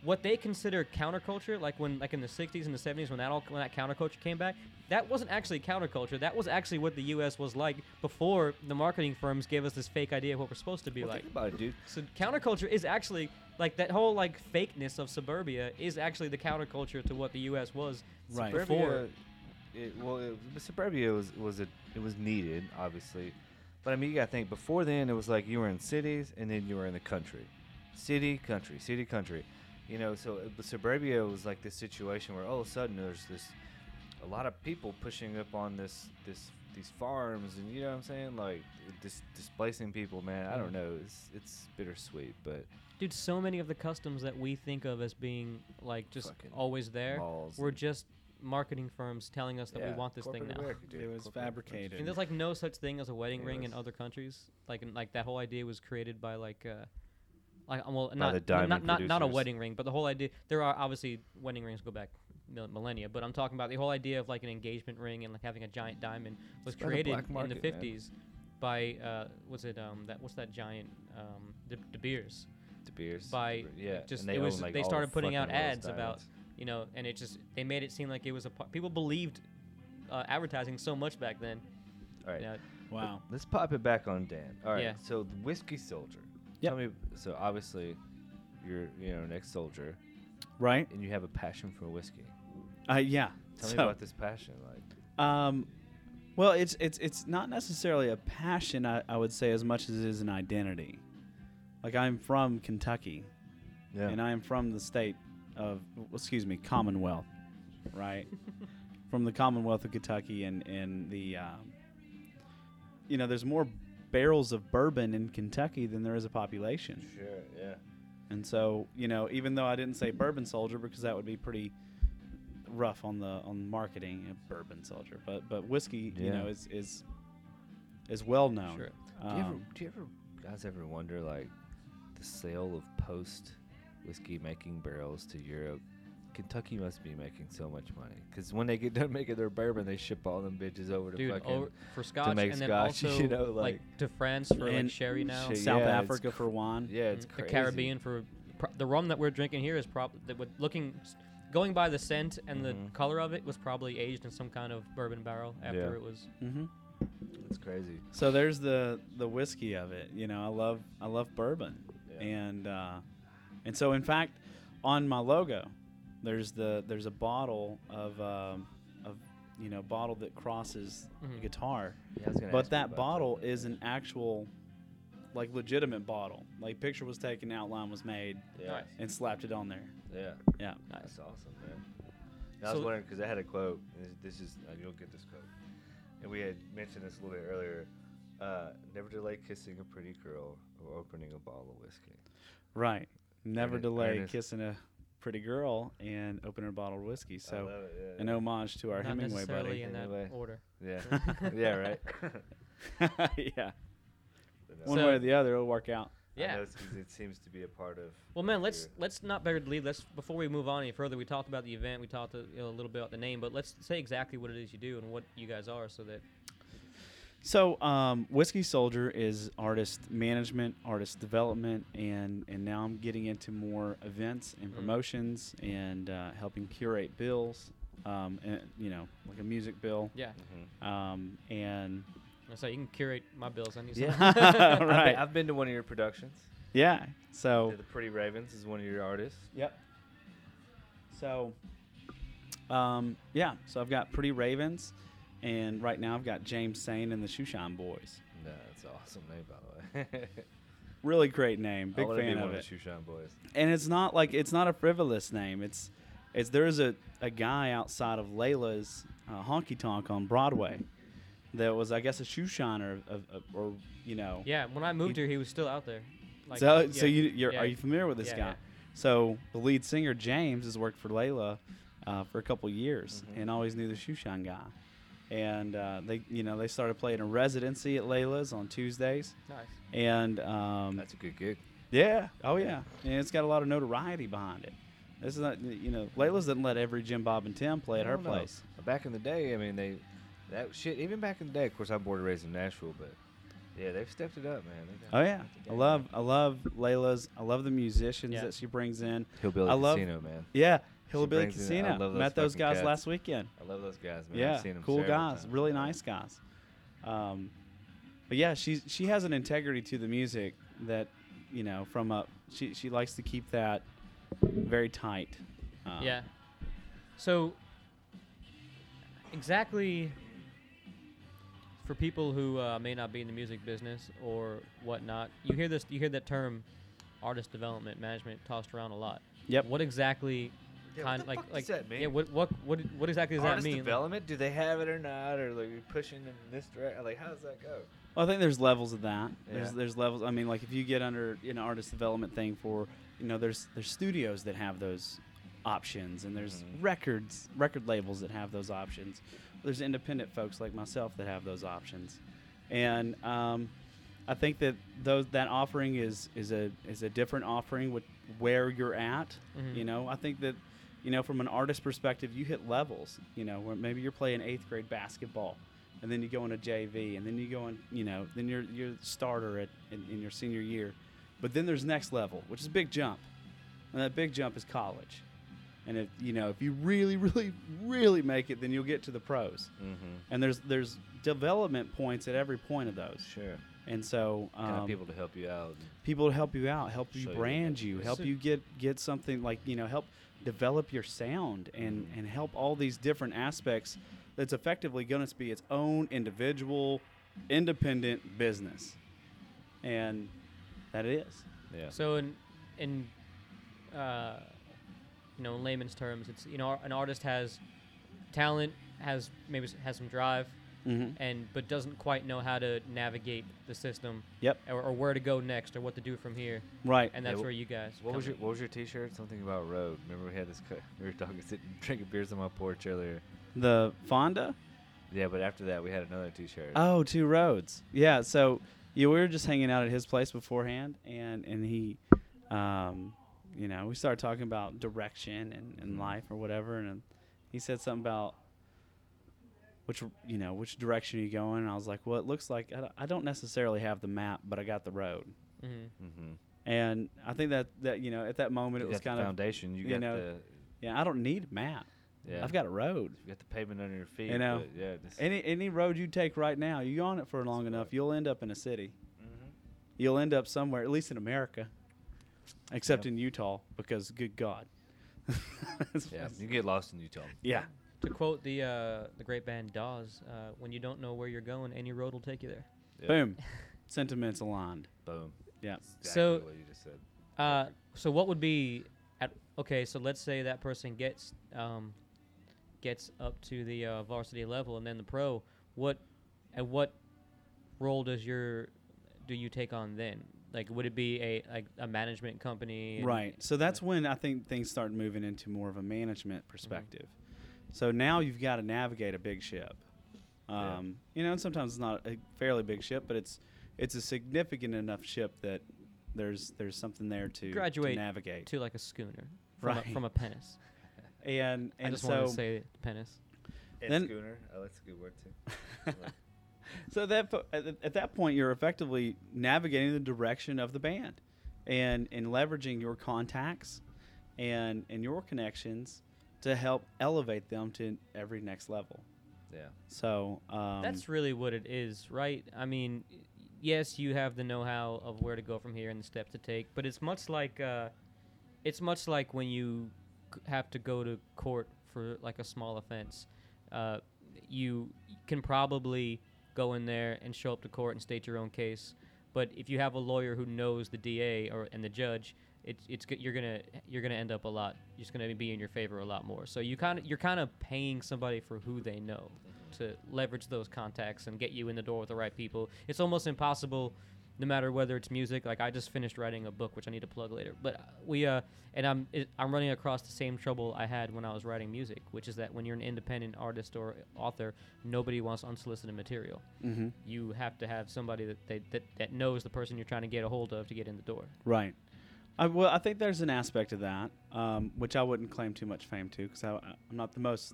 A: what they consider counterculture, like when like in the '60s and the '70s, when that all when that counterculture came back, that wasn't actually counterculture. That was actually what the U.S. was like before the marketing firms gave us this fake idea of what we're supposed to be
B: Well,
A: like.
B: think about it, dude.
A: So counterculture is actually like that whole like fakeness of suburbia is actually the counterculture to what the U.S. was
C: Right.
A: before.
B: Suburbia, it, well, it, the suburbia was was a, it was needed, obviously, but I mean, you got to think. Before then, it was like you were in cities, and then you were in the country, city, country, city, country. You know, so uh, but suburbia was like this situation where all of a sudden there's this a lot of people pushing up on this this these farms, and you know what I'm saying, like dis- displacing people, man. I don't
A: Mm.
B: know. It's it's bittersweet, but
A: Dude, so many of the customs that we think of as being like just
B: Fucking
A: always there
B: malls
A: were
B: and-
A: just marketing firms telling us that
B: yeah,
A: we want this thing
B: corporate
A: now.
B: America, dude,
C: It was
B: corporate America.
C: fabricated.
A: And there's like no such thing as a wedding
B: Yeah,
A: ring in
B: that's-
A: other countries. Like and, like that whole idea was created by like uh like um, well
B: By
A: not
B: the
A: n-
B: diamond
A: not not, not a
B: producers.
A: wedding ring, but the whole idea there are obviously wedding rings go back mil- millennia, but I'm talking about the whole idea of like an engagement ring and like having a giant diamond was
B: It's by the
A: created
B: black
A: in the
B: market, man.
A: 50s by uh was it um that what's that giant um De, De Beers
B: De Beers.
A: by
B: De Beers, yeah,
A: just
B: and
A: it was
B: own, like,
A: they
B: all the
A: started putting out
B: fucking Rolls
A: ads about
B: Diamonds.
A: you know and it just they made it seem like it was a par- people believed uh, advertising so much back then
B: All right,
A: you know,
C: Wow.
B: let's pop it back on Dan. All right,
A: Yeah.
B: so the whiskey soldier.
C: Yep.
B: Tell me. So obviously, you're you know an ex soldier,
C: Right?
B: and you have a passion for whiskey.
C: Uh, yeah.
B: Tell
C: so,
B: me about this passion, like
C: Um, well, it's it's it's not necessarily a passion. I, I would say as much as it is an identity. Like I'm from Kentucky,
B: yeah.
C: and I am from the state of well, excuse me Commonwealth, right? from the Commonwealth of Kentucky, and and the um, you know there's more barrels of bourbon in Kentucky than there is a population.
B: sure, yeah.
C: And so, you know, even though I didn't say bourbon soldier because that would be pretty rough on the on marketing of bourbon soldier, but but whiskey, you
B: Yeah.
C: know, is is is well known.
A: Sure.
B: do, you ever,
C: Um,
B: do you ever guys ever wonder like the sale of post whiskey making barrels to Europe? Kentucky must be making so much money because when they get done making their bourbon, they ship all them bitches over to
A: dude
B: fucking
A: over, for scotch
B: make
A: and then
B: scotch, you
A: also
B: know,
A: like,
B: like-
A: to France for like
C: And
A: sherry now.
B: shit,
C: South
B: yeah, it's
C: Africa for wine.
B: yeah, it's
A: Mm,
B: crazy.
A: The Caribbean for pro- the rum that we're drinking here is probably that would looking s- going by the scent and the
B: Mhm.
A: color of it was probably aged in some kind of bourbon barrel after
B: Yeah.
A: it was
C: hmm
B: It's crazy.
C: So there's the the whiskey of it. You know, I love I love bourbon,
B: Yeah.
C: and uh, and so in fact, on my logo, there's the there's a bottle of um, of you know bottle that crosses
A: Mhm.
C: a guitar.
B: Yeah, Mm-hmm. I was gonna ask
C: But
B: you about
C: that bottle
B: that.
C: is an actual, like, legitimate bottle. Like, picture was taken, outline was made,
B: Yeah,
A: Nice.
C: and slapped it on there.
B: yeah,
C: Yeah.
B: that's awesome, man. And I was
A: So-
B: wondering because I had a quote. And this- this is uh, you'll get this quote, and we had mentioned this a little bit earlier. Uh, never delay kissing a pretty girl or opening a bottle of whiskey.
C: Right. Never
B: Ernest-
C: delay
B: Ernest.
C: kissing a pretty girl and opening a bottle of whiskey.
B: I
C: So,
B: love it, yeah,
C: an homage to our
A: not
C: Hemingway
A: necessarily
C: buddy.
A: in that
B: Hemingway.
A: order.
B: yeah, yeah, right.
C: yeah.
B: But
C: One
B: no,
A: So-
C: way or the other, it'll work out.
B: I
A: Yeah.
B: know it's 'cause it seems to be a part of.
A: Well, man, let's
B: your-
A: let's not bury the lead. Let's before we move on any further, we talked about the event, we talked a, you know, a little bit about the name, but let's say exactly what it is you do and what you guys are, so that
C: So, um, Whiskey Soldier is artist management, artist development, and and now I'm getting into more events and
A: Mm.
C: promotions and uh, helping curate bills, um, and you know, like a music bill,
A: yeah.
B: mm-hmm.
C: um, and
A: So you can curate my bills. I need
B: Yeah.
A: some.
B: I've been-
C: right,
B: I've, been to one of your productions.
C: yeah. So
B: The Pretty Ravens is one of your artists.
C: Yep. So, um, yeah. So I've got Pretty Ravens, and right now I've got James Sane and the Shoeshine Boys.
B: No, it's an awesome name, by the way.
C: Really great name.
B: I
C: Big
B: wanna be
C: fan of
B: one
C: it.
B: Of the Shoeshine Boys.
C: and it's not like it's not a frivolous name. It's it's there's a, a guy outside of Layla's uh, honky tonk on Broadway that was I guess a shoe shiner of, of, or you know
A: yeah. When I moved here, he was still out there.
C: so
A: yeah,
C: so you you're,
A: yeah.
C: are you familiar with this
A: Yeah,
C: guy?
A: yeah.
C: So the lead singer James has worked for Layla uh, for a couple years
B: Mhm.
C: and always knew the shoe shine guy. And uh, they, you know, they started playing a residency at Layla's on Tuesdays.
A: Nice.
C: And
A: Mm.
C: um,
D: That's a good gig.
C: yeah. Oh yeah. And it's got a lot of notoriety behind it. This is not, you know, Layla's doesn't let every Jim Bob and Tim play at
B: I
C: her
B: don't know.
C: place.
B: Back in the day, I mean, they that shit. Even back in the day, of course, I'm born and raised in Nashville, but yeah, they've stepped it up, man. They got-
C: Oh yeah.
B: got the
C: I
B: game
C: love
B: down.
C: I love Layla's. I love the musicians
A: Yeah.
C: that she brings in.
B: Hillbilly
C: I love-
B: Casino, man.
C: Yeah, Hillbilly
B: brings in- I
C: Casino.
B: love those
C: Met those
B: fucking
C: guys
B: cats.
C: last weekend.
B: I love those guys, man.
C: yeah,
B: I've seen 'em
C: cool
B: several
C: guys,
B: times.
C: really
B: Yeah.
C: nice guys. Um, but yeah, she she has an integrity to the music that you know from a she she likes to keep that very tight. Um,
A: yeah. So exactly for people who uh, may not be in the music business or whatnot, you hear this, you hear that term, artist development management, tossed around a lot.
C: Yep.
A: What exactly?
B: Yeah, what
A: kind
B: the
A: like
B: fuck does
A: like
B: that mean?
A: yeah. What what what what exactly does
B: Artist
A: that mean? Like,
B: development? Do they have it or not? Or like you're pushing them in this direction? Like, how does that go?
C: Well, I think there's levels of that. There's
B: Yeah.
C: there's levels. I mean, like if you get under an artist development thing for, you know, there's there's studios that have those options, and there's
B: Mhm.
C: records record labels that have those options. There's independent folks like myself that have those options, and um, I think that those that offering is is a is a different offering with where you're at.
A: Mhm.
C: You know, I think that. You know, from an artist perspective, you hit levels. You know, where maybe you're playing eighth grade basketball, and then you go into JV, and then you go in, you know, then you're you're the starter at in, in your senior year, but then there's next level, which is a big jump, and that big jump is college, and if you know if you really really really make it, then you'll get to the pros,
B: Mm-hmm.
C: and there's there's development points at every point of those,
B: Sure.
C: and so um,
B: Kind of people to help you out.
C: people to help you out, help you
B: Show you
C: brand
B: what-
C: you,
B: It's
C: help
B: a-
C: you get get something like you know help develop your sound and
B: Mm-hmm.
C: and help all these different aspects that's effectively going to be its own individual independent business and that it is
B: Yeah.
A: So in in uh, you know in layman's terms, it's you know ar- an artist has talent, has maybe s- has some drive,
C: mm-hmm.
A: and but doesn't quite know how to navigate the system
C: yep
A: or, or where to go next or what to do from here.
C: right
A: And
B: Yeah,
A: that's
B: wh-
A: where you guys.
B: What was
A: come
B: your What was your T-shirt? Something about road. Remember we had this. co- We were talking, sitting, drinking beers on my porch earlier.
C: the fonda
B: Yeah, but after that we had another T-shirt.
C: Oh, two roads. Yeah. So yeah, we were just hanging out at his place beforehand, and and he, um, you know, we started talking about direction and,
B: Mm-hmm.
C: and life or whatever, and um, he said something about which you know which direction are you going, and I was like, well, it looks like I don't- I don't necessarily have the map, but I got the road,
A: in. Mhm.
B: Mm-hmm.
C: and I think that that you know at that moment it was kind of
B: foundation. you,
C: you
B: got
C: know, yeah, I don't need a map.
B: the yeah.
C: I've got a road.
B: you got the pavement under your feet.
C: You know,
B: but yeah. This,
C: Any any road you take right now, you on it for long enough, you'll end up in a city.
B: Mhm.
C: you'll end up somewhere, at least in America, except
B: Yep.
C: in Utah, because good God.
B: Yeah, you get lost in Utah.
C: Yeah.
A: To quote the uh, the great band Dawes, uh, "When you don't know where you're going, any road will take you there."
B: Yeah.
C: Boom. Sentiments aligned.
B: Boom.
C: Yeah.
B: Exactly
A: So-
B: what you just said.
A: Uh, so what would be at okay? So let's say that person gets um, gets up to the uh, varsity level and then the pro. What and what role does your do you take on then? Like, would it be a like a management company? and-
C: Right. So that's when I think things start moving into more of a
A: Mm-hmm.
C: management perspective. So now you've got to navigate a big ship.
B: Yeah.
C: Um, You know, and sometimes it's not a fairly big ship, but it's it's a significant enough ship that there's there's something there to, to
A: Graduate
C: navigate.
A: to like a schooner from,
C: Right.
A: a, from a penis.
C: and and
A: I just
C: so
A: wanted to say penis.
B: And
C: Then-
B: schooner. Oh, that's a good word too.
C: So that po- at at that point, you're effectively navigating the direction of the band, and and leveraging your contacts, and and your connections to help elevate them to every next level.
B: yeah.
C: So um,
A: That's really what it is, right? I mean, y- yes, you have the know-how of where to go from here and the steps to take, but it's much like uh, it's much like when you c- have to go to court for like a small offense. Uh, you can probably go in there and show up to court and state your own case, but if you have a lawyer who knows the DA or and the judge, it's it's go- you're gonna you're gonna end up a lot. You're just gonna be in your favor a lot more. So you kind of you're kind of paying somebody for who they know to leverage those contacts and get you in the door with the right people. It's almost impossible no matter whether it's music. Like I just finished writing a book, which I need to plug later. But uh, we uh, and I'm it, I'm running across the same trouble I had when I was writing music, which is that when you're an independent artist or author, nobody wants unsolicited material.
C: Mm-hmm.
A: You have to have somebody that they, that that knows the person you're trying to get a hold of to get in the door.
C: Right. I, well, I think there's an aspect of that, um, which I wouldn't claim too much fame to, because I'm not the most,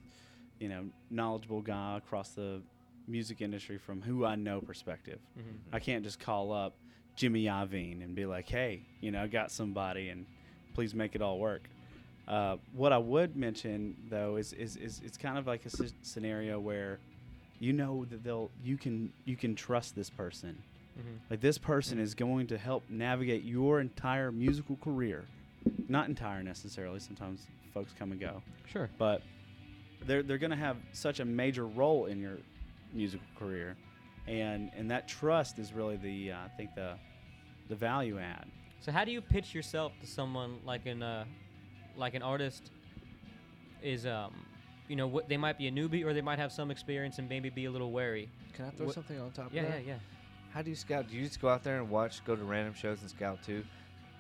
C: you know, knowledgeable guy across the music industry from who I know perspective.
A: Mm-hmm.
C: I can't just call up Jimmy Iovine and be like, "Hey, you know, I got somebody, and please make it all work." Uh, what I would mention though is, is, is it's kind of like a sce- scenario where you know that they'll you can you can trust this person.
A: Mm-hmm.
C: Like this person is going to help navigate your entire musical career. Not entire necessarily. Sometimes folks come and go,
A: Sure.
C: but they're they're going to have such a major role in your musical career, and and that trust is really the uh, I think the the value add.
A: So how do you pitch yourself to someone like an uh, like an artist is um you know what they might be a newbie or they might have some experience and maybe be a little wary.
B: Can I throw
A: What-
B: something on top
A: Yeah,
B: of
A: yeah,
B: that?
A: yeah.
B: How do you scout? Do you just go out there and watch, go to random shows and scout too,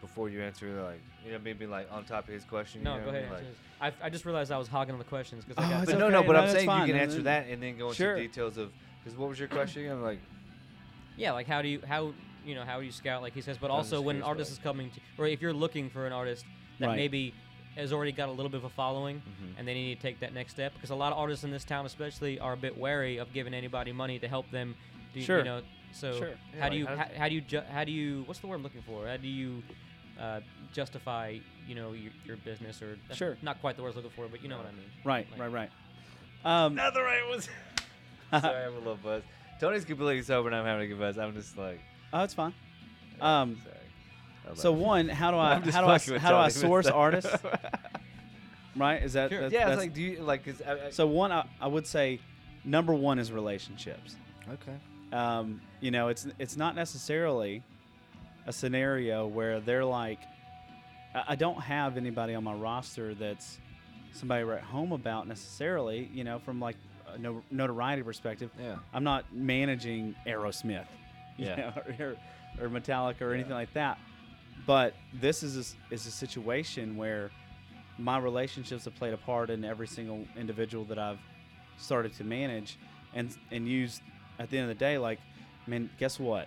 B: before you answer like you know maybe like on top of his question? you
A: No,
B: know
A: go
B: what I
A: ahead.
B: mean?
A: and
B: Like-
A: answer this. I, I just realized I was hogging on the questions because I
C: Oh,
A: got
C: it's
B: But
A: the-
B: no, no.
C: okay,
B: But
C: no,
B: I'm
C: that's
B: saying
C: fine,
B: you can
C: and
B: answer
C: then-
B: that and then go into
C: Sure.
B: details of because what was your question? I'm like,
A: yeah, like how do you how you know how do you scout like he says, but
B: I was
A: also
B: just
A: when an
B: curious
A: artist is coming to or if you're looking for an artist that
C: Right. Mm-hmm.
A: maybe has already got a little bit of a following and they need to take that next step because a lot of artists in this town especially are a bit wary of giving anybody money to help them do,
C: Sure.
A: you know so
C: Sure.
B: Yeah,
A: how
B: like
A: do you
B: how-
A: how, how do you ju- how do you what's the word I'm looking for how do you uh, justify you know your, your business or that's
C: Sure.
A: not quite the word I was looking for but you know what I mean
C: Right,
A: Like-
C: right, right. Um,
B: not the right ones. Sorry, I'm a little buzz. Tony's completely sober and I'm having a good buzz. I'm just like,
C: oh, it's fine. Um,
B: sorry. I
C: So
B: love you.
C: one, how do I
B: I'm just
C: how do I
B: fucking with
C: how do I
B: Tony, but
C: source
B: sorry.
C: artists? Right? Is that
A: Sure.
C: that's,
B: yeah, it's
C: that's-
B: like do you like? Cause I, I,
C: so? One, I, I would say, number one is relationships.
B: okay.
C: Um, you know, it's it's not necessarily a scenario where they're like, I, I don't have anybody on my roster that's somebody we're at home about necessarily. You know, from like a no, notoriety perspective,
B: Yeah.
C: I'm not managing Aerosmith, you
B: Yeah.
C: know, or, or Metallica or anything like that. But this is a, s- is a situation where my relationships have played a part in every single individual that I've started to manage and and use at the end of the day. Like, I mean, guess what?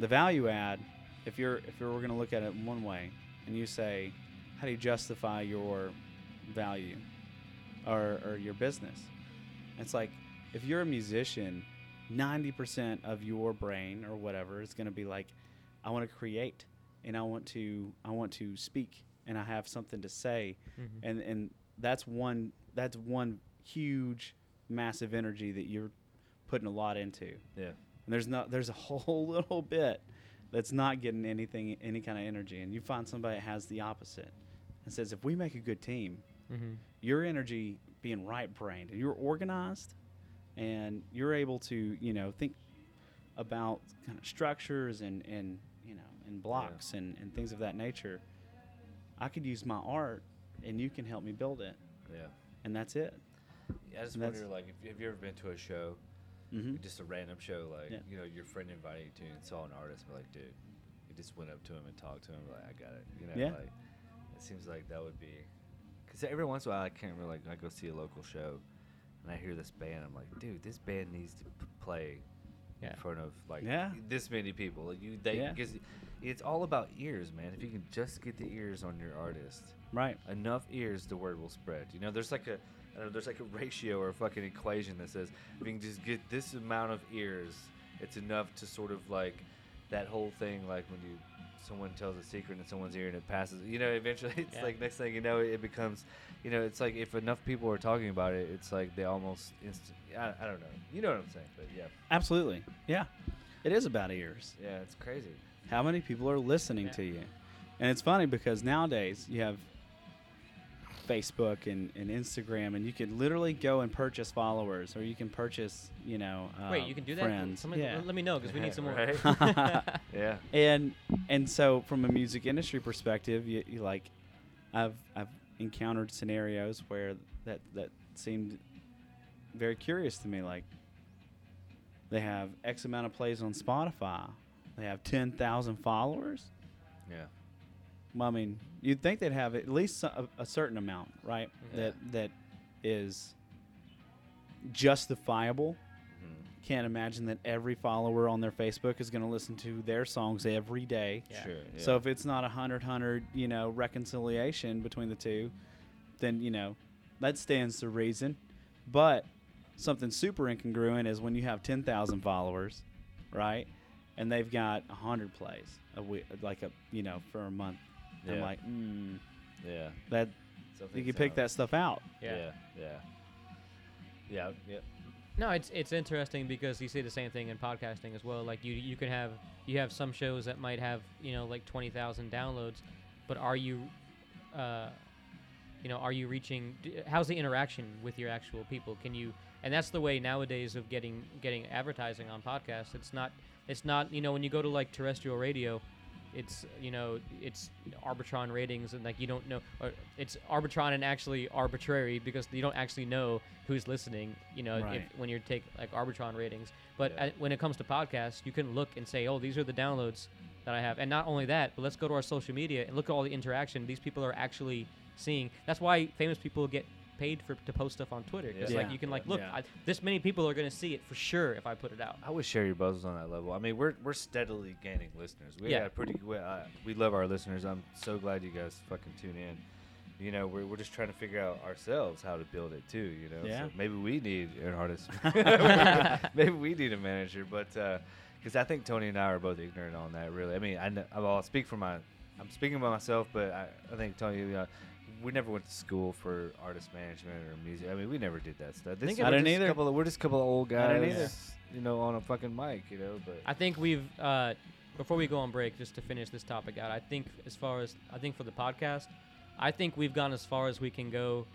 C: The value add, if you're if you're going to look at it one way, and you say, how do you justify your value or, or your business? It's like if you're a musician, 90% of your brain or whatever is going to be like I want to create and I want to I want to speak and I have something to say
A: Mhm.
C: and and that's one that's one huge massive energy that you're putting a lot into. And
B: Yeah.
C: there's not there's a whole little bit that's not getting anything any kind of energy and you find somebody that has the opposite and says if we make a good team
A: Mhm.
C: your energy being right brained and you're organized and you're able to you know think about kind of structures and and you know and blocks and, and things of that nature i could use my art and you can help me build it
B: Yeah.
C: and that's it
B: Yeah, I just
C: That's-
B: wonder, like, if, have you ever been to a show,
C: Mhm.
B: just a random show, like,
C: Yeah.
B: you know, your friend invited you to and saw an artist, but like, dude, you just went up to him and talked to him, like, I got it, you know,
C: Yeah.
B: like, it seems like that would be, because every once in a while I can't really, like, I go see a local show, and I hear this band, I'm like, dude, this band needs to p- play
A: Yeah.
B: in front of like
C: Yeah.
B: this many people. Like, you, they,
C: Yeah.
B: because it's all about ears, man. If you can just get the ears on your artist,
C: right
B: enough ears the word will spread you know there's like a I don't know, there's like a ratio or a fucking equation that says if you can just get this amount of ears it's enough to sort of like that whole thing like when you someone tells a secret in someone's ear and it passes you know eventually it's
A: Yeah.
B: like next thing you know it becomes you know it's like if enough people are talking about it it's like they almost instant I, I don't know you know what i'm saying but yeah
C: absolutely yeah it is about ears
B: yeah it's crazy
C: how many people are listening
A: Yeah.
C: to you and it's funny because nowadays you have facebook and, and instagram and you can literally go and purchase followers or you can purchase you know uh,
A: Wait, you can do that?
C: friends.
A: Somebody-
C: yeah.
A: Let me know because we need some more.
B: Right. yeah
C: and and so from a music industry perspective you, you like i've i've encountered scenarios where that that seemed very curious to me like they have x amount of plays on spotify They have 10,000 followers.
B: Yeah.
C: Well, I mean, you'd think they'd have at least a, a certain amount, right?
A: Yeah.
C: That that is justifiable.
B: Mhm.
C: Can't imagine that every follower on their Facebook is going to listen to their songs every day.
A: Yeah.
B: Sure. yeah.
C: So if it's not a hundred hundred, you know, reconciliation between the two, then you know, that stands to reason. But something super incongruent is when you have ten thousand followers, right? And they've got a hundred plays a week, like a you know, for a month. I'm
B: Yeah.
C: like, mm,
B: yeah.
C: that
B: Something
C: you can pick that
B: sounds-
C: stuff out.
A: Yeah.
B: Yeah. Yeah. Yeah. Yeah.
A: No, it's it's interesting because you see the same thing in podcasting as well. Like you you can have you have some shows that might have you know like twenty thousand downloads, but are you, uh, you know, are you reaching? d- How's the interaction with your actual people? Can you? And that's the way nowadays of getting getting advertising on podcasts. It's not it's not you know when you go to like terrestrial radio. It's you know it's Arbitron ratings and like you don't know or it's Arbitron and actually arbitrary because you don't actually know who's listening you know if,
C: Right.
A: when you take like Arbitron ratings. But
B: Yeah.
A: uh when it comes to podcasts, you can look and say, oh, these are the downloads that I have. And not only that, but let's go to our social media and look at all the interaction these people are actually seeing. That's why famous people get paid for to post stuff on Twitter. Because
B: Yeah.
A: like you can like look,
C: Yeah.
A: I, this many people are gonna see it for sure if I put it out.
B: I wish Sherry Buzz was on that level. I mean, we're we're steadily gaining listeners. We
A: Yeah.
B: got pretty. We, I, we love our listeners. I'm so glad you guys fucking tune in. You know, we're, we're just trying to figure out ourselves how to build it too. You know,
C: Yeah.
B: so maybe we need an artist. maybe we need a manager, but because I think Tony and I are both ignorant on that. Really, I mean, I know, I'll speak for my. I'm speaking by myself, but I, I think Tony. You know, we never went to school for artist management or music. I mean, we never did that stuff. This,
A: think
B: we're
C: I didn't
B: just a
C: either.
B: couple of- we're just a couple of old guys
C: I didn't either.
B: you know, on a fucking mic, you know. But
A: I think we've uh, before we go on break, just to finish this topic out. I think as far as I think for the podcast, I think we've gone as far as we can go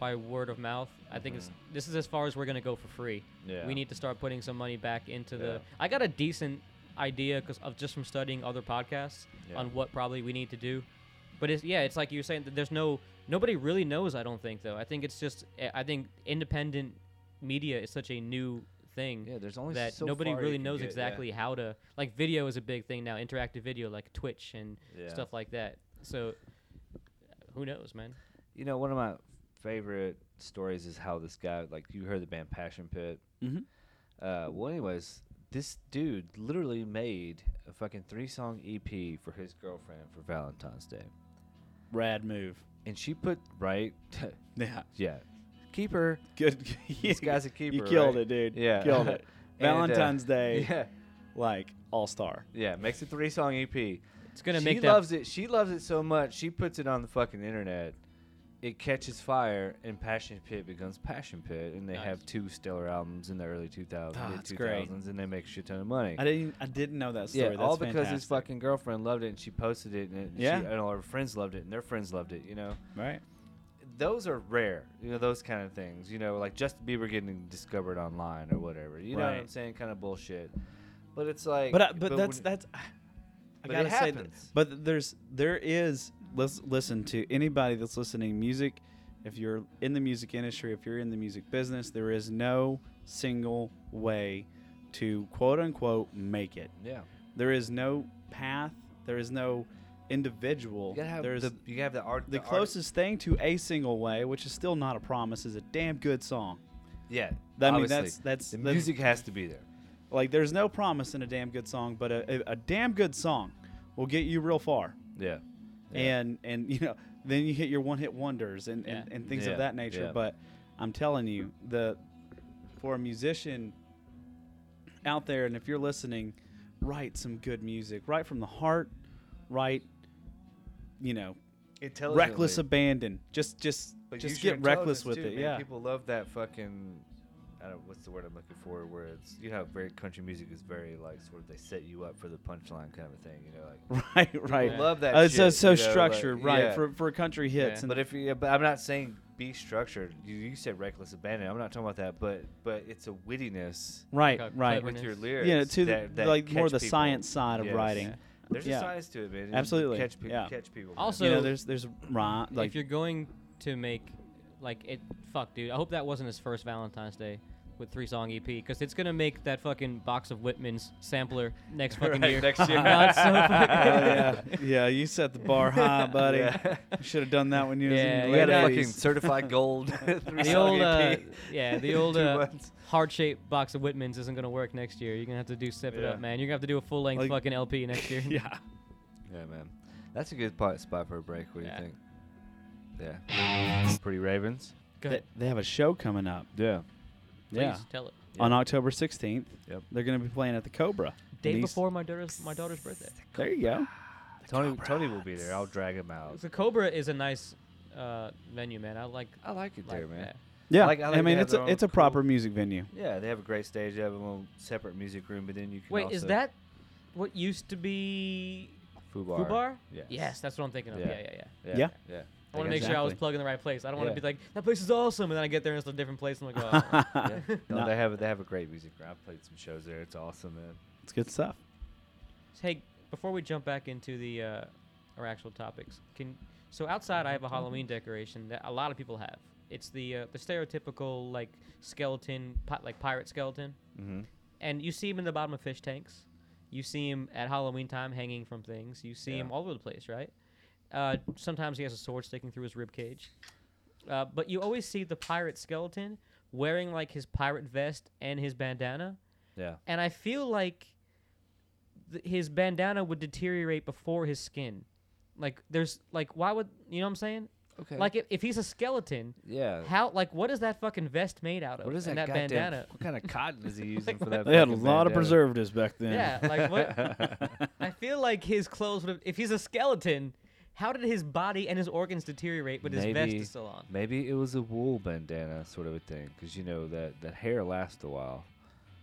A: by word of mouth. I think it's this is as far as we're gonna go for free.
B: Mm-hmm. yeah,
A: we need to start putting some money back into
B: Yeah.
A: the. I got a decent idea because of just from studying other podcasts
B: Yeah.
A: on what probably we need to do, but it's yeah, it's like you were saying that there's no nobody really knows. I don't think though. I think it's just I- I think independent media is such a new thing
B: Yeah, there's only
A: that
B: so
A: nobody
B: far you
A: really
B: can
A: knows
B: get, yeah.
A: exactly how to like video is a big thing now interactive video like twitch and
B: Yeah.
A: stuff like that so who knows man
B: You know, one of my favorite stories is how this guy, like, you heard the band Passion Pit.
C: Mhm.
B: Uh, well, anyways, this dude literally made a fucking three song EP for his girlfriend for Valentine's Day,
C: Rad move.
B: and she put right,
C: Yeah,
B: yeah, keeper.
C: good.
B: This guy's a keeper.
C: you killed
B: right?
C: it, dude.
B: Yeah.
C: killed it.
B: And, uh,
C: Valentine's Day,
B: Yeah,
C: like all star.
B: yeah, makes a E three song EP.
A: it's gonna
B: she
A: make that
B: loves it. She loves it so much. She puts it on the fucking internet. It catches fire, and Passion Pit becomes Passion Pit, and they
A: Nice.
B: have two stellar albums in the early 2000s,
C: Ah,
B: mid
C: that's
B: 2000s,
C: great.
B: and they make a shit ton of money.
C: I didn't. I didn't know that story.
B: yeah,
C: That's
B: all because his
C: fantastic.
B: fucking girlfriend loved it, and she posted it, and, it,
C: Yeah.
B: she, and all her friends loved it, and their friends loved it. You know,
C: right.
B: those are rare. You know, those kind of things. You know, like Justin Bieber getting discovered online or whatever. You know what
C: Right.
B: I'm saying? Kind of bullshit. But it's like,
C: But I, but, that's
B: when-
C: that's. I
B: But it
C: gotta say, that,
B: happens.
C: but there's there is let's listen to anybody that's listening music. If you're in the music industry, if you're in the music business, there is no single way to quote unquote make it.
B: yeah.
C: There is no path. There is no individual.
B: You gotta have
C: There's
B: the you gotta have the art.
C: the
B: artist-
C: closest thing to a single way, which is still not a promise, is a damn good song.
B: Yeah,
C: I mean,
B: obviously.
C: that's- that's-
B: the
C: that's-
B: music has to be there.
C: Like there's no promise in a damn good song, but a, a, a damn good song will get you real far.
B: Yeah,
C: and and you know then you hit your one hit wonders and and,
A: Yeah.
C: and things
B: Yeah,
C: of that nature
B: yeah.
C: but i'm telling you the for a musician out there and if you're listening write some good music write from the heart write you know
B: Intelligently.
C: reckless abandon just just
B: But
C: just
B: use your
C: get reckless
B: intelligence,
C: with
B: too,
C: it
B: man.
C: yeah
B: people love that fucking. I don't. What's the word I'm looking for? Where it's you know, how very country music is very like sort of they set you up for the punchline kind of a thing. You know, like
C: right right
A: Yeah.
B: love that.
C: Uh,
B: shit,
C: so so
B: you know, like,
C: structured right
B: yeah.
C: for for country hits
A: Yeah.
C: and
B: but if you, but I'm not saying be structured. You, you said reckless abandon. I'm not talking about that. But but it's a wittiness
C: right
A: Like a
C: right
A: clever-
B: with your
A: Cleverness.
B: lyrics.
C: yeah to the
B: that- that
C: like more
B: catch
C: the
B: people.
C: science side of
B: Yes.
C: writing
A: Yeah.
B: There's
C: Yeah.
B: a science to it, man. It- it
C: Absolutely.
B: Catch, pe-
C: Yeah.
B: catch people. man.
A: Also-
C: you know
A: So-
C: there's there's rhyme like
A: if you're going to make like it fuck dude i hope that wasn't his first valentine's day with three song EP because it's gonna make that fucking box of Whitman's sampler next fucking year.
B: next
C: Oh,
B: year.
A: Not so
C: yeah,
A: fucking-
C: yeah, you set the bar high, buddy.
B: Oh, Yeah.
C: Should have done that when you
A: uh, Yeah,
C: was in
A: you
C: the late
A: gotta
B: fucking
C: 80s.
B: certified gold.
A: the old,
C: E
A: uh, yeah, the old
B: Two
A: uh,
B: months.
A: heart shaped box of Whitman's isn't gonna work next year. You're gonna have to do step it
B: Yeah.
A: up, man. You're gonna have to do a full length
C: Like-
A: fucking LP next year.
C: yeah.
B: Yeah, man. That's a good pot, spot for a break. What do
A: Yeah.
B: you think? Yeah. Pretty Ravens.
A: Good.
C: They, they have a show coming up.
B: Yeah.
A: Please
C: yeah.
A: tell it.
C: On October 16th,
B: Yep.
C: they're going to be playing at the Cobra.
A: Day
C: In East-
A: before my daughter's my daughter's birthday.
C: There you go.
B: Tony Tony will be there. I'll drag him out.
A: The Cobra is a nice uh, venue, man. I like.
B: I like it
A: like
B: there, man.
A: that.
C: Yeah.
B: I like- I like
C: I
B: they
C: mean,
B: have
C: it's a,
B: their own
C: it's a
B: cool-
C: proper music venue.
B: Yeah, they have a great stage. They have a little separate music room, but then you can
A: Wait, is
B: also-
A: that what used to be
B: Fubar?
A: Fubar?
B: Yes.
A: Yes, that's what I'm thinking of. Yeah,
B: Yeah.
A: yeah, yeah.
B: Yeah.
C: Yeah.
B: Yeah.
A: I want to make sure I was
C: Exactly.
A: plugging the right place. I don't want
B: Yeah.
A: to be like that place is awesome, and then I get there and it's a different place. and I'm like, oh,
B: Yeah. No,
C: No.
B: they have a, they have a great music room. I played some shows there. It's awesome, man.
C: It's good stuff.
A: hey, before we jump back into the uh, our actual topics, can so outside I have a Halloween decoration that a lot of people have. It's the uh, the stereotypical like skeleton, pi- like pirate skeleton,
B: Mm-hmm.
A: and you see them in the bottom of fish tanks. You see him at Halloween time hanging from things. You see
B: Yeah.
A: him all over the place, right? Uh, sometimes he has a sword sticking through his rib cage. Uh, but you always see the pirate skeleton wearing like his pirate vest and his bandana
B: Yeah.
A: and I feel like th- his bandana would deteriorate before his skin. Like there's like why would you know what I'm saying?
B: Okay.
A: Like if, if he's a skeleton,
B: yeah.
A: how like what is that fucking vest made out of?
B: What is that,
A: and that
B: goddamn-
A: bandana?
B: What kind of cotton is he using for that?
C: They had a
B: fucking
C: lot of
B: bandana?
C: preservatives back then.
A: Yeah, like what? I feel like his clothes would have if he's a skeleton, how did his body and his organs deteriorate but his vest
B: Maybe-
A: is still on?
B: Maybe it was a wool bandana sort of a thing, because you know that that hair lasts a while.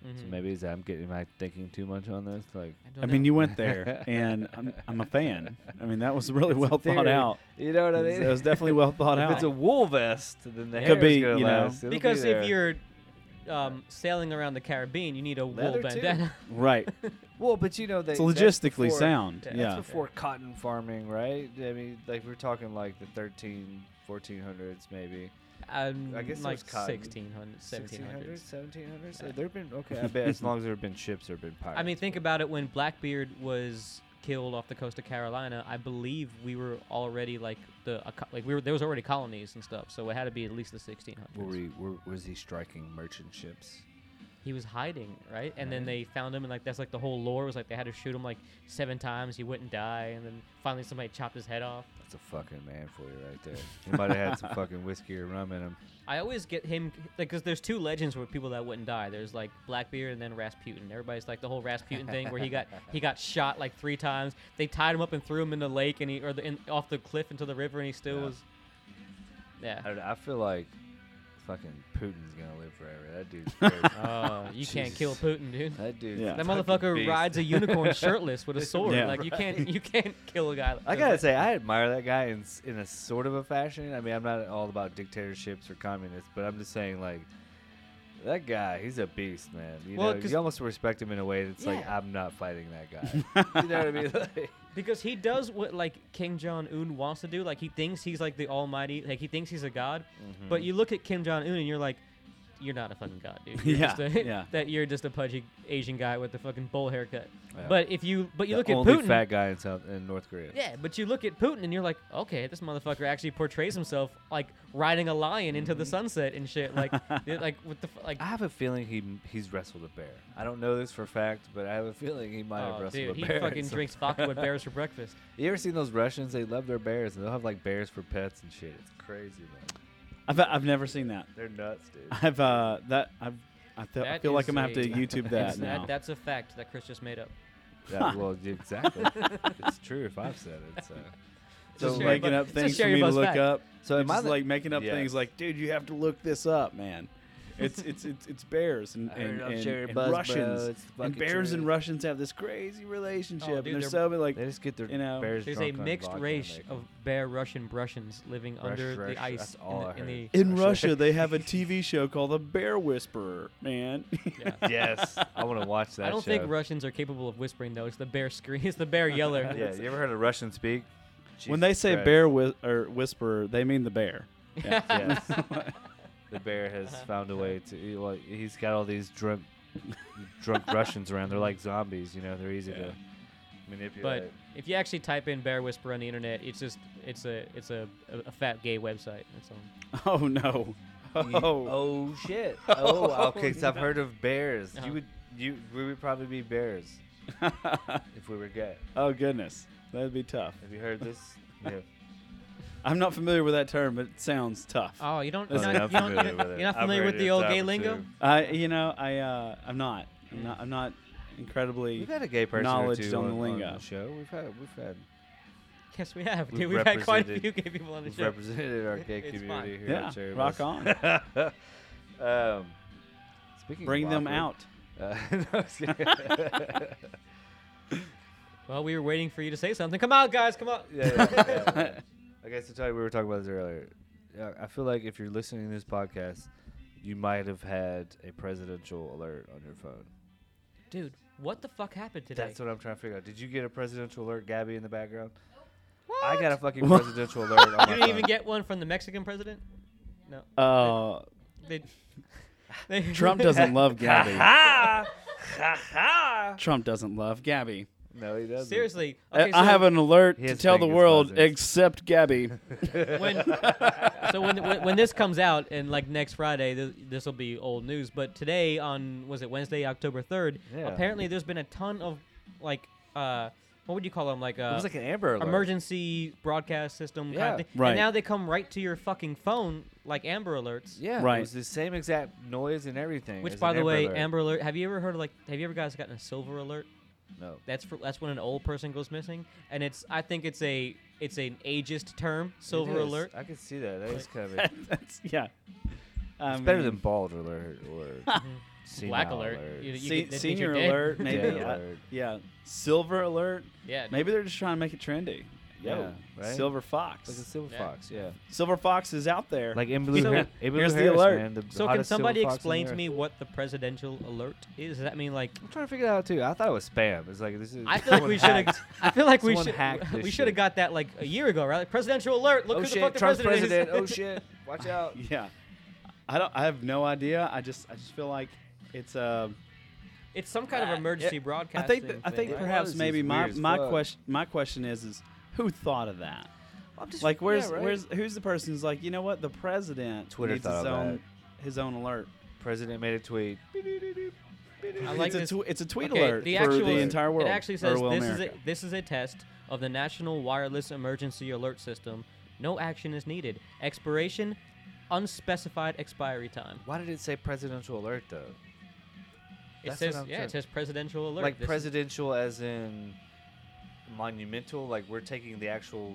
B: So
A: Mhm.
B: maybe is I'm getting am I thinking too much on this? Like
A: don't
C: I mean,
A: know.
C: you went there, and I'm, I'm a fan. I mean, that was really
B: It's a
C: well thought
B: theory.
C: out.
B: you know what I mean?
C: That was definitely well thought
B: if
C: out.
B: it's a wool vest, then the
A: Could
B: hair
C: be,
B: is gonna
C: you know.
B: last. It'll be
A: because
B: there.
A: if you're um, sailing around the Caribbean, you need a wool
B: Leather, too.
A: bandana.
C: right.
B: well, but you know they,
C: It's
B: that's
C: logistically
B: before-
C: sound.
A: Yeah,
C: Yeah.
A: that's
B: That's before cotton farming, right? I mean, like we're talking like the 13, 1400s maybe.
A: I'm
B: I guess it
A: like
B: was cotton.
A: 1600s, 1700s.
B: 1700s.
A: Yeah.
B: There have been okay. I bet as long as there have been ships, there have been pirates.
A: I mean, think about it. When Blackbeard was killed off the coast of Carolina, I believe we were already like the a co- like we were there was already colonies and stuff, so it had to be at least the 1600s.
B: Were we, were, was he striking merchant ships?
A: He was hiding, right? And then they
B: Right.
A: found him, and like that's like the whole lore was like they had to shoot him like seven times, he wouldn't die, and then finally somebody chopped his head off.
B: That's a fucking man for you right there. He might have had some fucking whiskey or rum in him.
A: I always get him like because there's two legends where people that wouldn't die. There's like Blackbeard and then Rasputin. Everybody's like the whole Rasputin thing where he got he got shot like three times. They tied him up and threw him in the lake and he or the, in, off the cliff into the river and he still
B: Yeah.
A: was. Yeah.
B: I, don't know, I feel like fucking Putin's gonna live forever. That dude's crazy.
A: Oh, you can't kill
B: Jesus.
A: Putin, dude.
B: That dude.
C: Yeah.
A: That motherfucker rides a unicorn shirtless with a sword.
C: Yeah.
A: Like you can't you can't kill a guy. Like
B: I
A: that.
B: gotta say, I admire that guy in s- in a sort of a fashion. I mean, I'm not all about dictatorships or communists, but I'm just saying like. That guy, he's a beast, man. You
A: Well,
B: know,
A: 'cause-
B: you almost respect him in a way that's like,
A: Yeah.
B: I'm not fighting that guy. you know what I mean? Like,
A: Because he does what like Kim Jong Un wants to do. Like he thinks he's like the almighty. Like he thinks he's a god.
B: Mm-hmm.
A: But you look at Kim Jong Un and you're like, you're not a fucking god, dude. You're
C: Yeah,
A: just a,
C: yeah.
A: That you're just a pudgy Asian guy with a fucking bowl haircut.
B: Yeah.
A: But if you but you
B: The
A: look at
B: only
A: Putin,
B: fat guy in South in North Korea.
A: yeah. But you look at Putin and you're like, okay, this motherfucker actually portrays himself like riding a lion into the sunset and shit. Like, it- like what the f- like.
B: Mm-hmm. I have a feeling he he's wrestled a bear. I don't know this for a fact, but I have a feeling he might have
A: Oh,
B: wrestled
A: dude,
B: a
A: he
B: bear. at
A: fucking
B: some-
A: drinks vodka with bears for breakfast.
B: You ever seen those Russians? They love their bears, and they'll have like bears for pets and shit. It's crazy, man.
C: I've, I've never seen that.
B: They're nuts, dude.
C: I've uh that I've I, feel I
A: That
C: feel like
A: is
C: I'm gonna have to
A: a-
C: YouTube that
A: It's- that-
C: now.
A: that's a fact that Chris just made up.
B: yeah, well, yeah, exactly. it's true if I've said it. So,
A: It's
C: so
A: a
B: so
A: Sherry
B: like,
C: making
A: Buzz-
C: up
A: it's a
C: things for
A: Sherry
C: me to
A: Buzz
C: look
A: fact.
C: up.
B: so
C: It's
B: am I
C: just
B: the,
C: like making up
B: Yeah.
C: things like, dude, you have to look this up, man. It's it's it's, it's bears and,
B: I heard
C: and,
B: about
C: and,
B: Sherry
C: and
B: Buzz, bro.
C: Russians.
B: It's the
C: And
B: fucking
C: bears and
B: truth.
C: Russians have this crazy relationship,
A: Oh, dude,
C: and
A: they're-
C: they're so like
B: They just get their
C: you know,
B: bears.
A: There's a
B: drunk on
A: mixed
B: vodka
A: race
B: and they
A: of bear Russian Brussians living
B: Rush,
A: under
B: Rush,
A: the ice
B: that's all I
A: in, the, in
B: heard.
C: in
B: Russia.
C: Russia they have a TV show called The Bear Whisperer, man.
A: the. Yeah.
B: can- yes, I want to watch that.
A: I don't
B: show.
A: think Russians are capable of whispering though. It's the bear scream. It's the bear yeller.
B: Yeah, you ever heard a Russian speak? Jesus
C: when they say
B: Christ.
C: bear whi- or whisperer, they mean the bear.
B: yes. the bear has
A: Uh-huh.
B: found a way to. he- Well, he's got all these drunk, drunk Russians around. They're like zombies, you know. They're easy
C: Yeah.
B: to manipulate.
A: But if you actually type in bear whisper on the internet, it's just it's a it's a, a, a fat gay website. That's all.
C: Oh no.
B: You-
C: Oh.
B: oh shit! Oh, okay. So I've
C: no.
B: heard of bears.
A: Uh-huh.
B: You would, you we would probably be bears if we were gay.
C: oh goodness. That'd be tough.
B: Have you heard this? Yeah.
C: I'm not familiar with that term, but it sounds tough.
A: Oh, you don't.
C: That's
A: You're
C: not-
A: not,
C: I'm
A: you don't, you're,
B: with it.
A: you're not
B: I've
A: familiar
B: heard
A: with
B: it
A: the
B: a
A: old
B: time
A: gay
B: or
A: lingo?
B: two.
C: I you know, I uh I'm not. I'm not I'm not incredibly
B: We've had a gay person
C: knowledge
B: or two
C: on the
B: on, on
C: lingo.
B: the show. We've had we've had
A: Yes, we have.
B: We've
A: Dude, we've had quite a
B: represented-
A: few gay people on the
B: we've
A: show.
B: represented our gay
A: It's
B: community here.
C: Yeah,
B: at Cherry
C: rock
B: Bus. um, speaking of
C: Bring them
B: awkward,
C: out.
B: Uh, no, I was kidding.
A: Well, we were waiting for you to say something. Come on, guys, come on.
B: yeah, yeah, yeah, yeah. I guess to tell you, we were talking about this earlier. Yeah, I feel like if you're listening to this podcast, you might have had a presidential alert on your phone.
A: Dude, what the fuck happened today?
B: That's what I'm trying to figure out. Did you get a presidential alert, Gabby, in the background? I got a fucking
C: What?
B: presidential alert. On my
A: you didn't even
B: phone.
A: get one from the Mexican president? No.
C: Uh
A: They, they-
C: Trump doesn't love Gabby.
B: Ha ha ha!
C: Trump doesn't love Gabby.
B: No, he doesn't.
A: Seriously.
C: I-
A: Okay, so
C: I have an alert
B: He
C: to
B: has
C: tell the
B: fingers
C: world
B: buzzing.
C: except Gabby.
A: when so when, when when this comes out and like next Friday, th- this will be old news. But today on was it Wednesday, October third?
B: Yeah.
A: Apparently, there's been a ton of like uh, what would you call them? Like uh,
B: it was like an Amber alert.
A: emergency broadcast system.
B: Yeah.
A: kind of thing.
C: Right.
A: And now they come right to your fucking phone like Amber Alerts.
B: Yeah,
C: Right.
B: It was the same exact noise and everything.
A: Which,
B: as
A: by
B: an
A: the way,
B: Alert.
A: Amber Alert. Have you ever heard of like? Have you ever guys gotten a silver alert?
B: No.
A: That's for that's when an old person goes missing, and it's I think it's a it's an ageist term, silver
B: It is.
A: alert.
B: I can see that. That is kind of. It's
C: That's yeah. I
B: better
C: mean,
B: than bald alert or senile
A: Black alert. You- you
C: se-
A: get- that means
C: senior
A: you're dead.
C: alert, maybe.
B: Dead
C: Yeah,
B: alert.
C: yeah, silver alert.
A: Yeah.
C: Maybe they're just trying to make it trendy. Yo,
B: Yeah, right?
C: silver
B: Like a
C: fox.
B: silver
A: Yeah.
B: fox, yeah.
C: Silver fox is out there.
B: Like in blue.
A: So-
B: Har- in Blue
C: Here's the
B: Harris,
C: alert.
B: Man, the
A: So can
B: hottest silver
A: somebody
B: fox on
A: explain
B: the
A: to
B: earth.
A: me what the presidential alert is? Does that mean like
B: I'm trying to figure that out too. I thought it was spam. It's like this is.
A: I feel like we should have I feel like we
B: Someone
A: should
B: hacked this
A: we should have
B: shit.
A: got that like a year ago, right? Like, presidential alert. Look
B: oh
A: who
B: shit!
A: the fuck the
B: Trump's
A: president, is.
B: president. oh shit! Watch out.
C: yeah, I don't. I have no idea. I just. I just feel like it's a.
B: Oh,
A: It's some kind
B: Ah,
C: Uh,
A: of emergency
C: yeah. I
A: broadcast.
C: think. That, I think
B: right?
C: perhaps
B: This is
C: maybe my
B: weird as
C: my
B: fuck.
C: question my question is is who thought of that?
B: I'm just
C: Like where's
B: yeah, right?
C: where's who's the person who's like you know what the president
B: Twitter
C: needs
B: thought
C: his
B: of
C: own his own alert.
B: president made a tweet.
A: I like
C: it's
A: this-
C: a tw- it's a tweet
A: Okay,
C: alert
A: the
C: for
A: actual-
C: the entire world.
A: It actually
C: or
A: says
C: well,
A: this is
C: America.
A: a, this is a test of the National Wireless Emergency Alert System. No action is needed. Expiration, unspecified expiry time.
B: Why did it say presidential alert though?
A: It
B: That's what
A: says
B: I'm
A: yeah,
B: trying-
A: it says presidential alert.
B: Like
A: This is-
B: presidential as in monumental, like we're taking the actual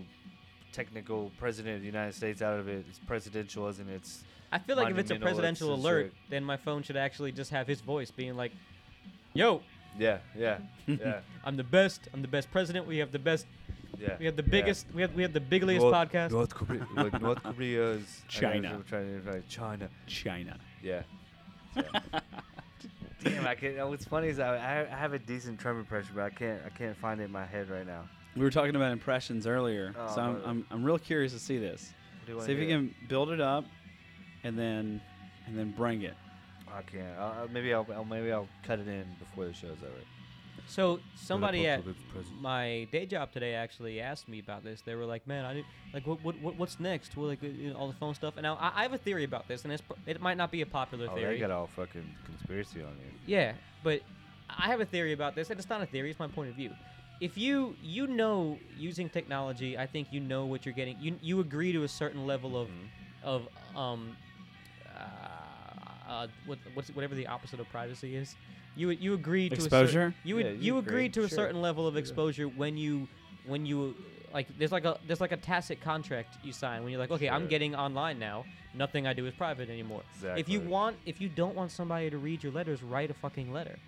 B: technical president of the United States out of it. It's presidential as in it's
A: I feel like if it's a
B: monumental, it's
A: presidential
B: just
A: alert,
B: a-
A: then my phone should actually just have his voice being like, "Yo,
B: Yeah, yeah, yeah,
A: I'm the best. I'm the best president. We have the best.
B: yeah.
A: We have the
B: yeah.
A: biggest. We have we have the bigliest
B: North-
A: podcast.
B: North Korea, like North Korea is I know,
C: China.
B: I'm trying to- like, China.
C: China.
B: Yeah. Yeah. Damn, I can't. What's funny is I, I I have a decent Trump impression, but I can't I can't find it in my head right now.
C: We were talking about impressions earlier,
B: Oh,
C: so I'm,
B: brother.
C: I'm I'm real curious to see this.
B: What do you wanna
C: See if you
B: hear?
C: can build it up, and then and then bring it.
B: I can't. I'll, I'll- maybe I'll, I'll maybe I'll cut it in before the show's over.
A: So somebody at
B: Republican president.
A: my day job today actually asked me about this. They were like, "Man, I did, like what, what what what's next? Well, like uh, you know, all the phone stuff." And now I, I have a theory about this, and it's pro- it might not be a popular
B: Oh,
A: theory.
B: they got all fucking conspiracy on you.
A: Yeah, but I have a theory about this, and it's not a theory; it's my point of view. If you you know using technology, I think you know what you're getting. You you agree to a certain level of
B: Mm-hmm.
A: of um uh, uh, what what's whatever the opposite of privacy is. You would- you agree to A
C: Exposure?
A: certain, you would
B: Yeah,
A: you,
B: you
A: agree
B: agree,
A: to a
B: sure.
A: certain level of
B: Yeah.
A: exposure when you when you like there's like a there's like a tacit contract you sign when you're like okay I'm
B: Sure.
A: getting online now nothing I do is private anymore. If you
B: Exactly.
A: want, if you don't want somebody to read your letters, write a fucking letter.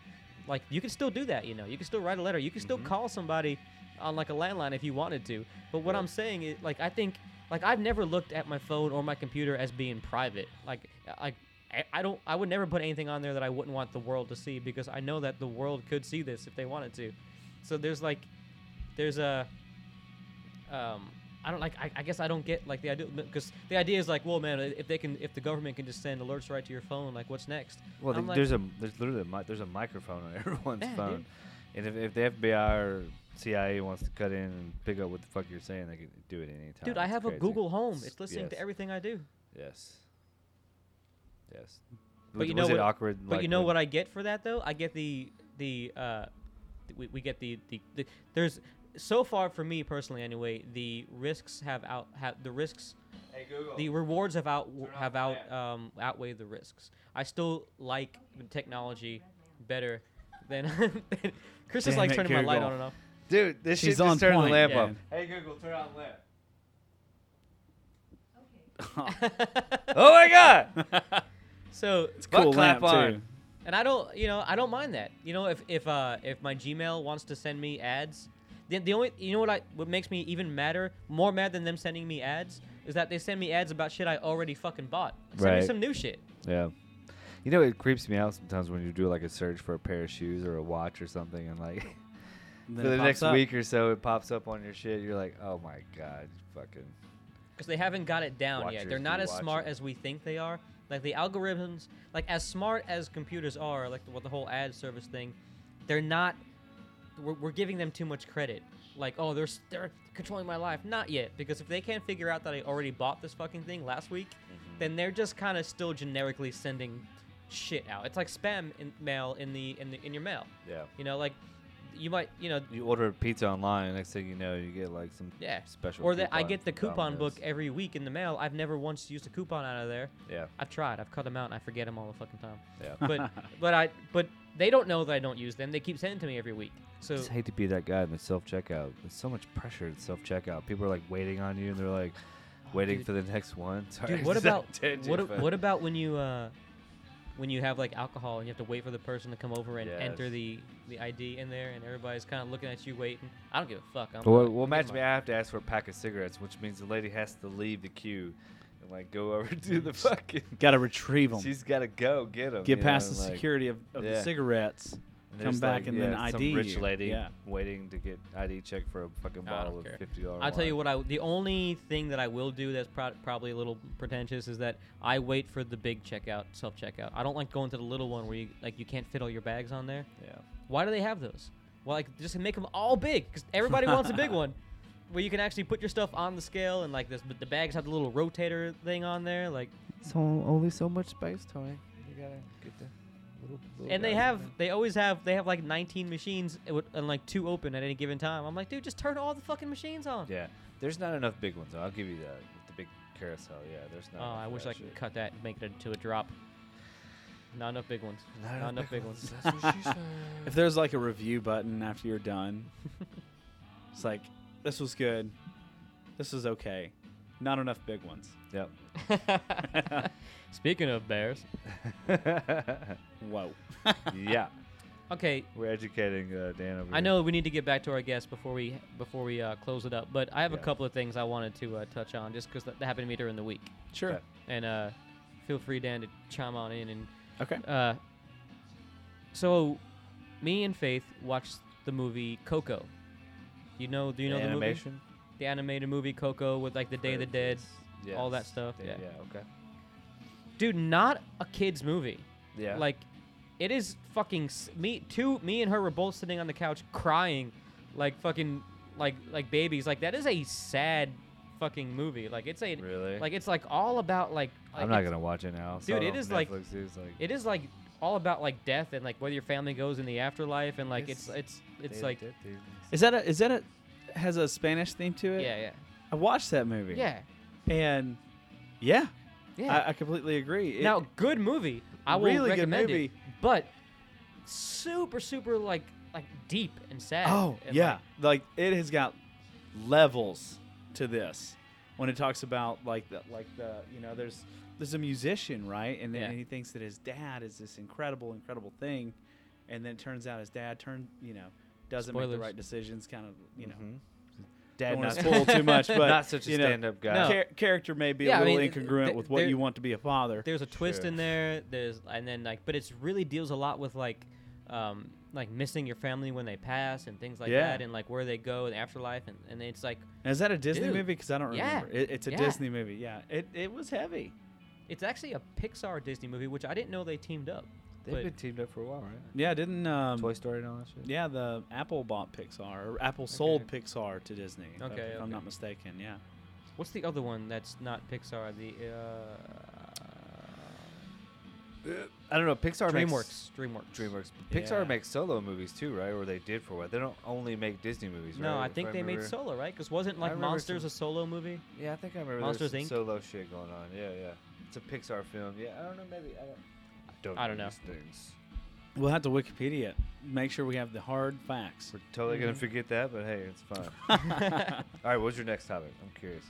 A: Like you can still do that, you know. You can still write a letter. You can still call somebody on like a landline if you wanted to. But what
B: Yeah.
A: I'm saying is, like, I think, like, I've never looked at my phone or my computer as being private. Like, like. I- I don't. I would never put anything on there that I wouldn't want the world to see because I know that the world could see this if they wanted to. So there's like, there's a, um, I don't like. I, I guess I don't get like the idea because the idea is like, well, man, if they can, if the government can just send alerts right to your phone, like, what's next?
B: Well,
A: I'm
B: the-
A: like-
B: there's a there's literally a mi- there's a microphone on everyone's
A: Yeah, dude.
B: phone, and if, if the FBI or CIA wants to cut in and pick up what the fuck you're saying, they can do it anytime.
A: Dude, I
B: It's
A: have a
B: crazy.
A: Google Home. It's listening to
B: yes.
A: everything I do.
B: Yes. Yes.
A: But
B: Was-
A: you know
B: was it
A: what-
B: awkward?
A: But
B: like,
A: you know
B: when-
A: what I get for that though? I get the the uh, th- we, we get the, the the there's so far for me personally anyway. The risks have out have the risks
B: Hey Google.
A: the rewards have out
B: Turn off
A: have
B: the
A: out
B: app.
A: um, outweigh the risks. I still like the technology better than than- Chris is
C: Damn
A: like
C: it,
A: turning my light
C: Google.
A: on and off.
B: Dude, this
C: She's
B: shit
C: on
B: just turned
C: point,
B: the lamp
C: yeah.
B: up. Hey Google, turn on lamp.
A: oh
B: Oh my god!
A: So
B: Butt
C: cool
B: clap
C: lamp,
B: on.
C: too.
A: and I don't you know I don't mind that. You know if if uh, if my Gmail wants to send me ads, the, the only you know what I what makes me even madder, more mad than them sending me ads is that they send me ads about shit I already fucking bought. Send
B: Right.
A: me some new shit.
B: Yeah. You know, it creeps me out sometimes when you do like a search for a pair of shoes or a watch or something, and like
C: Then
B: for
C: it
B: the
C: pops
B: next
C: up.
B: week or so, it pops up on your shit. You're like, oh my god, fucking.
A: because they haven't got it down yet.
B: Watchers
A: They're
B: do
A: not as
B: watch
A: smart
B: it.
A: as we think they are. Like the algorithms, like as smart as computers are, like what the whole ad service thing, they're not. We're, we're giving them too much credit. Like, oh, they're s- they're controlling my life. Not yet, because if they can't figure out that I already bought this fucking thing last week, then they're just kind of still generically sending shit out. It's like spam in, mail in the in the in your mail.
B: Yeah.
A: You know, like you might you know
B: You order pizza online, next thing you know, you get like some
A: yeah.
B: special.
A: Or that I get the
B: from
A: coupon book
B: Domino's.
A: every week in the mail. I've never once used a coupon out of there.
B: Yeah,
A: I've tried. I've cut them out, and I forget them all the fucking time.
B: yeah.
A: But but I but they don't know that I don't use them. They keep sending to me every week. So
B: just hate to be that guy in the self checkout. There's so much pressure at self checkout. People are like waiting on you, and they're like waiting
A: dude.
B: for the next one. Sorry,
A: dude, what
B: it's a
A: about
B: tangent,
A: what, a-
B: but-
A: what about when you uh when you have like alcohol and you have to wait for the person to come over and enter
B: Yes.
A: the the ID in there, and everybody's kind of looking at you waiting. I don't give a fuck. I'm
B: Well,
A: like,
B: well
A: "Never
B: imagine me.
A: mind."
B: I have to ask for a pack of cigarettes, which means the lady has to leave the queue and like go over to the fucking.
C: Gotta retrieve them.
B: She's got to go get them.
C: Get past the security of, of
B: yeah.
C: the cigarettes. Come back and then ID.
B: Some rich
C: you.
B: lady
C: Yeah.
B: waiting to get ID check for a fucking
A: I don't
B: bottle of
A: care.
B: fifty dollars.
A: I'll tell you what. I the only thing that I will do that's pro- probably a little pretentious is that I wait for the big checkout, self checkout. I don't like going to the little one where you like you can't fit all your bags on there.
B: Yeah.
A: Why do they have those? Well, like just make them all big because everybody wants a big one, where you can actually put your stuff on the scale and like this. But the bags have the little rotator thing on there, like,
B: So only so much space, Tony. You gotta get the little. little
A: and they
B: guys in
A: have
B: there.
A: they always have they have like 19 machines it would- and like two open at any given time. I'm like, dude, just turn all the fucking machines on.
B: Yeah, there's not enough big ones. though. I'll give you that. With the big carousel, yeah, there's not.
A: Oh,
B: enough
A: I
B: of
A: wish
B: that
A: I could
B: shit.
A: cut that and make it into a drop. Not enough big ones. Not, enough big ones.
B: That's what she said.
C: If there's like a review button after you're done, it's like this was good, this is okay, not enough big ones.
B: Yep.
A: Speaking of bears,
C: Whoa.
B: yeah,
A: okay,
B: we're educating uh, Dan over
A: I know we need to get back to our guest before we before we uh, close it up, but I have a
B: Yeah.
A: couple of things I wanted to uh, touch on just because that, that happened to me during the week,
C: Sure.
A: and uh, feel free, Dan, to chime on in. And
C: Okay.
A: uh, so, me and Faith watched the movie Coco. You know, do you know the, movie?
B: animation?
A: The animated movie Coco with like the Day of the Dead. all that stuff,
B: Yeah.
A: yeah.
B: Okay.
A: Dude, not a kids movie.
B: Yeah.
A: Like, it is fucking s- me. Two, me and her were both sitting on the couch crying, like fucking, like like babies. Like that is a sad fucking movie. Like it's a,
B: really?
A: like it's like all about like. like,
B: I'm not
A: it's-
B: gonna watch it now. I saw
A: Dude, it
B: on
A: is like-
B: Netflix, it was like
A: It is like all about like death and like whether your family goes in the afterlife and like it's
B: Yes.
A: it's it's
B: Day
A: like
B: of the Dead, dude.
C: Is that a is that a has a Spanish theme to
A: yeah
C: it?
A: yeah
C: I watched that movie.
A: yeah
C: And yeah,
A: yeah.
C: I, I completely agree. It-
A: now good movie. I will
C: really good
A: recommend
C: movie.
A: it, but super super like like deep and sad.
C: Oh
A: and,
C: yeah,
A: like,
C: like, it has got levels to this when it talks about like the like the you know there's there's a musician right and then
A: Yeah.
C: he thinks that his dad is this incredible incredible thing, and then it turns out his dad turned you know doesn't make
A: Spoilers.
C: the right decisions kind of you know
B: Mhm.
C: don't
B: Dad,
C: want
B: not,
C: to spoil too much but
B: not such a
C: you know,
B: stand-up guy.
A: No.
C: char- character may be
A: Yeah, I
C: a little
A: mean,
C: incongruent
A: th-
C: with what
A: there-
C: you want to be a father.
A: there's a twist
B: Sure.
A: in there there's and then like but it's really deals a lot with like um, like missing your family when they pass and things like
C: Yeah.
A: that, and like where they go in the afterlife, and, and it's like
C: Is that a Disney
A: Dude.
C: movie? Because I don't
A: Yeah.
C: remember. It, it's a
A: Yeah.
C: Disney movie. Yeah. It, it was heavy.
A: it's actually a Pixar Disney movie, which I didn't know they teamed up.
B: They've
A: But-
B: been teamed up for a while, right?
C: Yeah. Didn't um,
B: Toy Story and all that shit.
C: Yeah, the Apple bought Pixar. Or Apple sold Pixar to Disney. if I-
A: Okay,
C: if I'm
A: okay.
C: not mistaken. Yeah.
A: What's the other one that's not Pixar? The uh,
B: I don't know. Pixar makes
A: DreamWorks. DreamWorks.
B: DreamWorks.
C: Yeah.
B: Pixar makes solo movies too, right? Or they did for a while. They don't only make Disney movies, right?
A: No, I
B: If
A: think they made
B: remember-
A: Solo, right? Because wasn't
B: I
A: like
B: remember
A: Monsters
B: some-
A: a solo movie?
B: Yeah, I think I remember. Monsters
A: Monsters,
B: Inc.
A: Inc.
B: Solo shit going on. Yeah, yeah. It's a Pixar film. Yeah, I don't know. Maybe I don't.
A: I don't know.
B: these things.
C: We'll have to Wikipedia. it. Make sure we have the hard facts.
B: We're totally gonna
A: Mhm.
B: forget that, but hey, it's fine. All right, what's your next topic? I'm curious.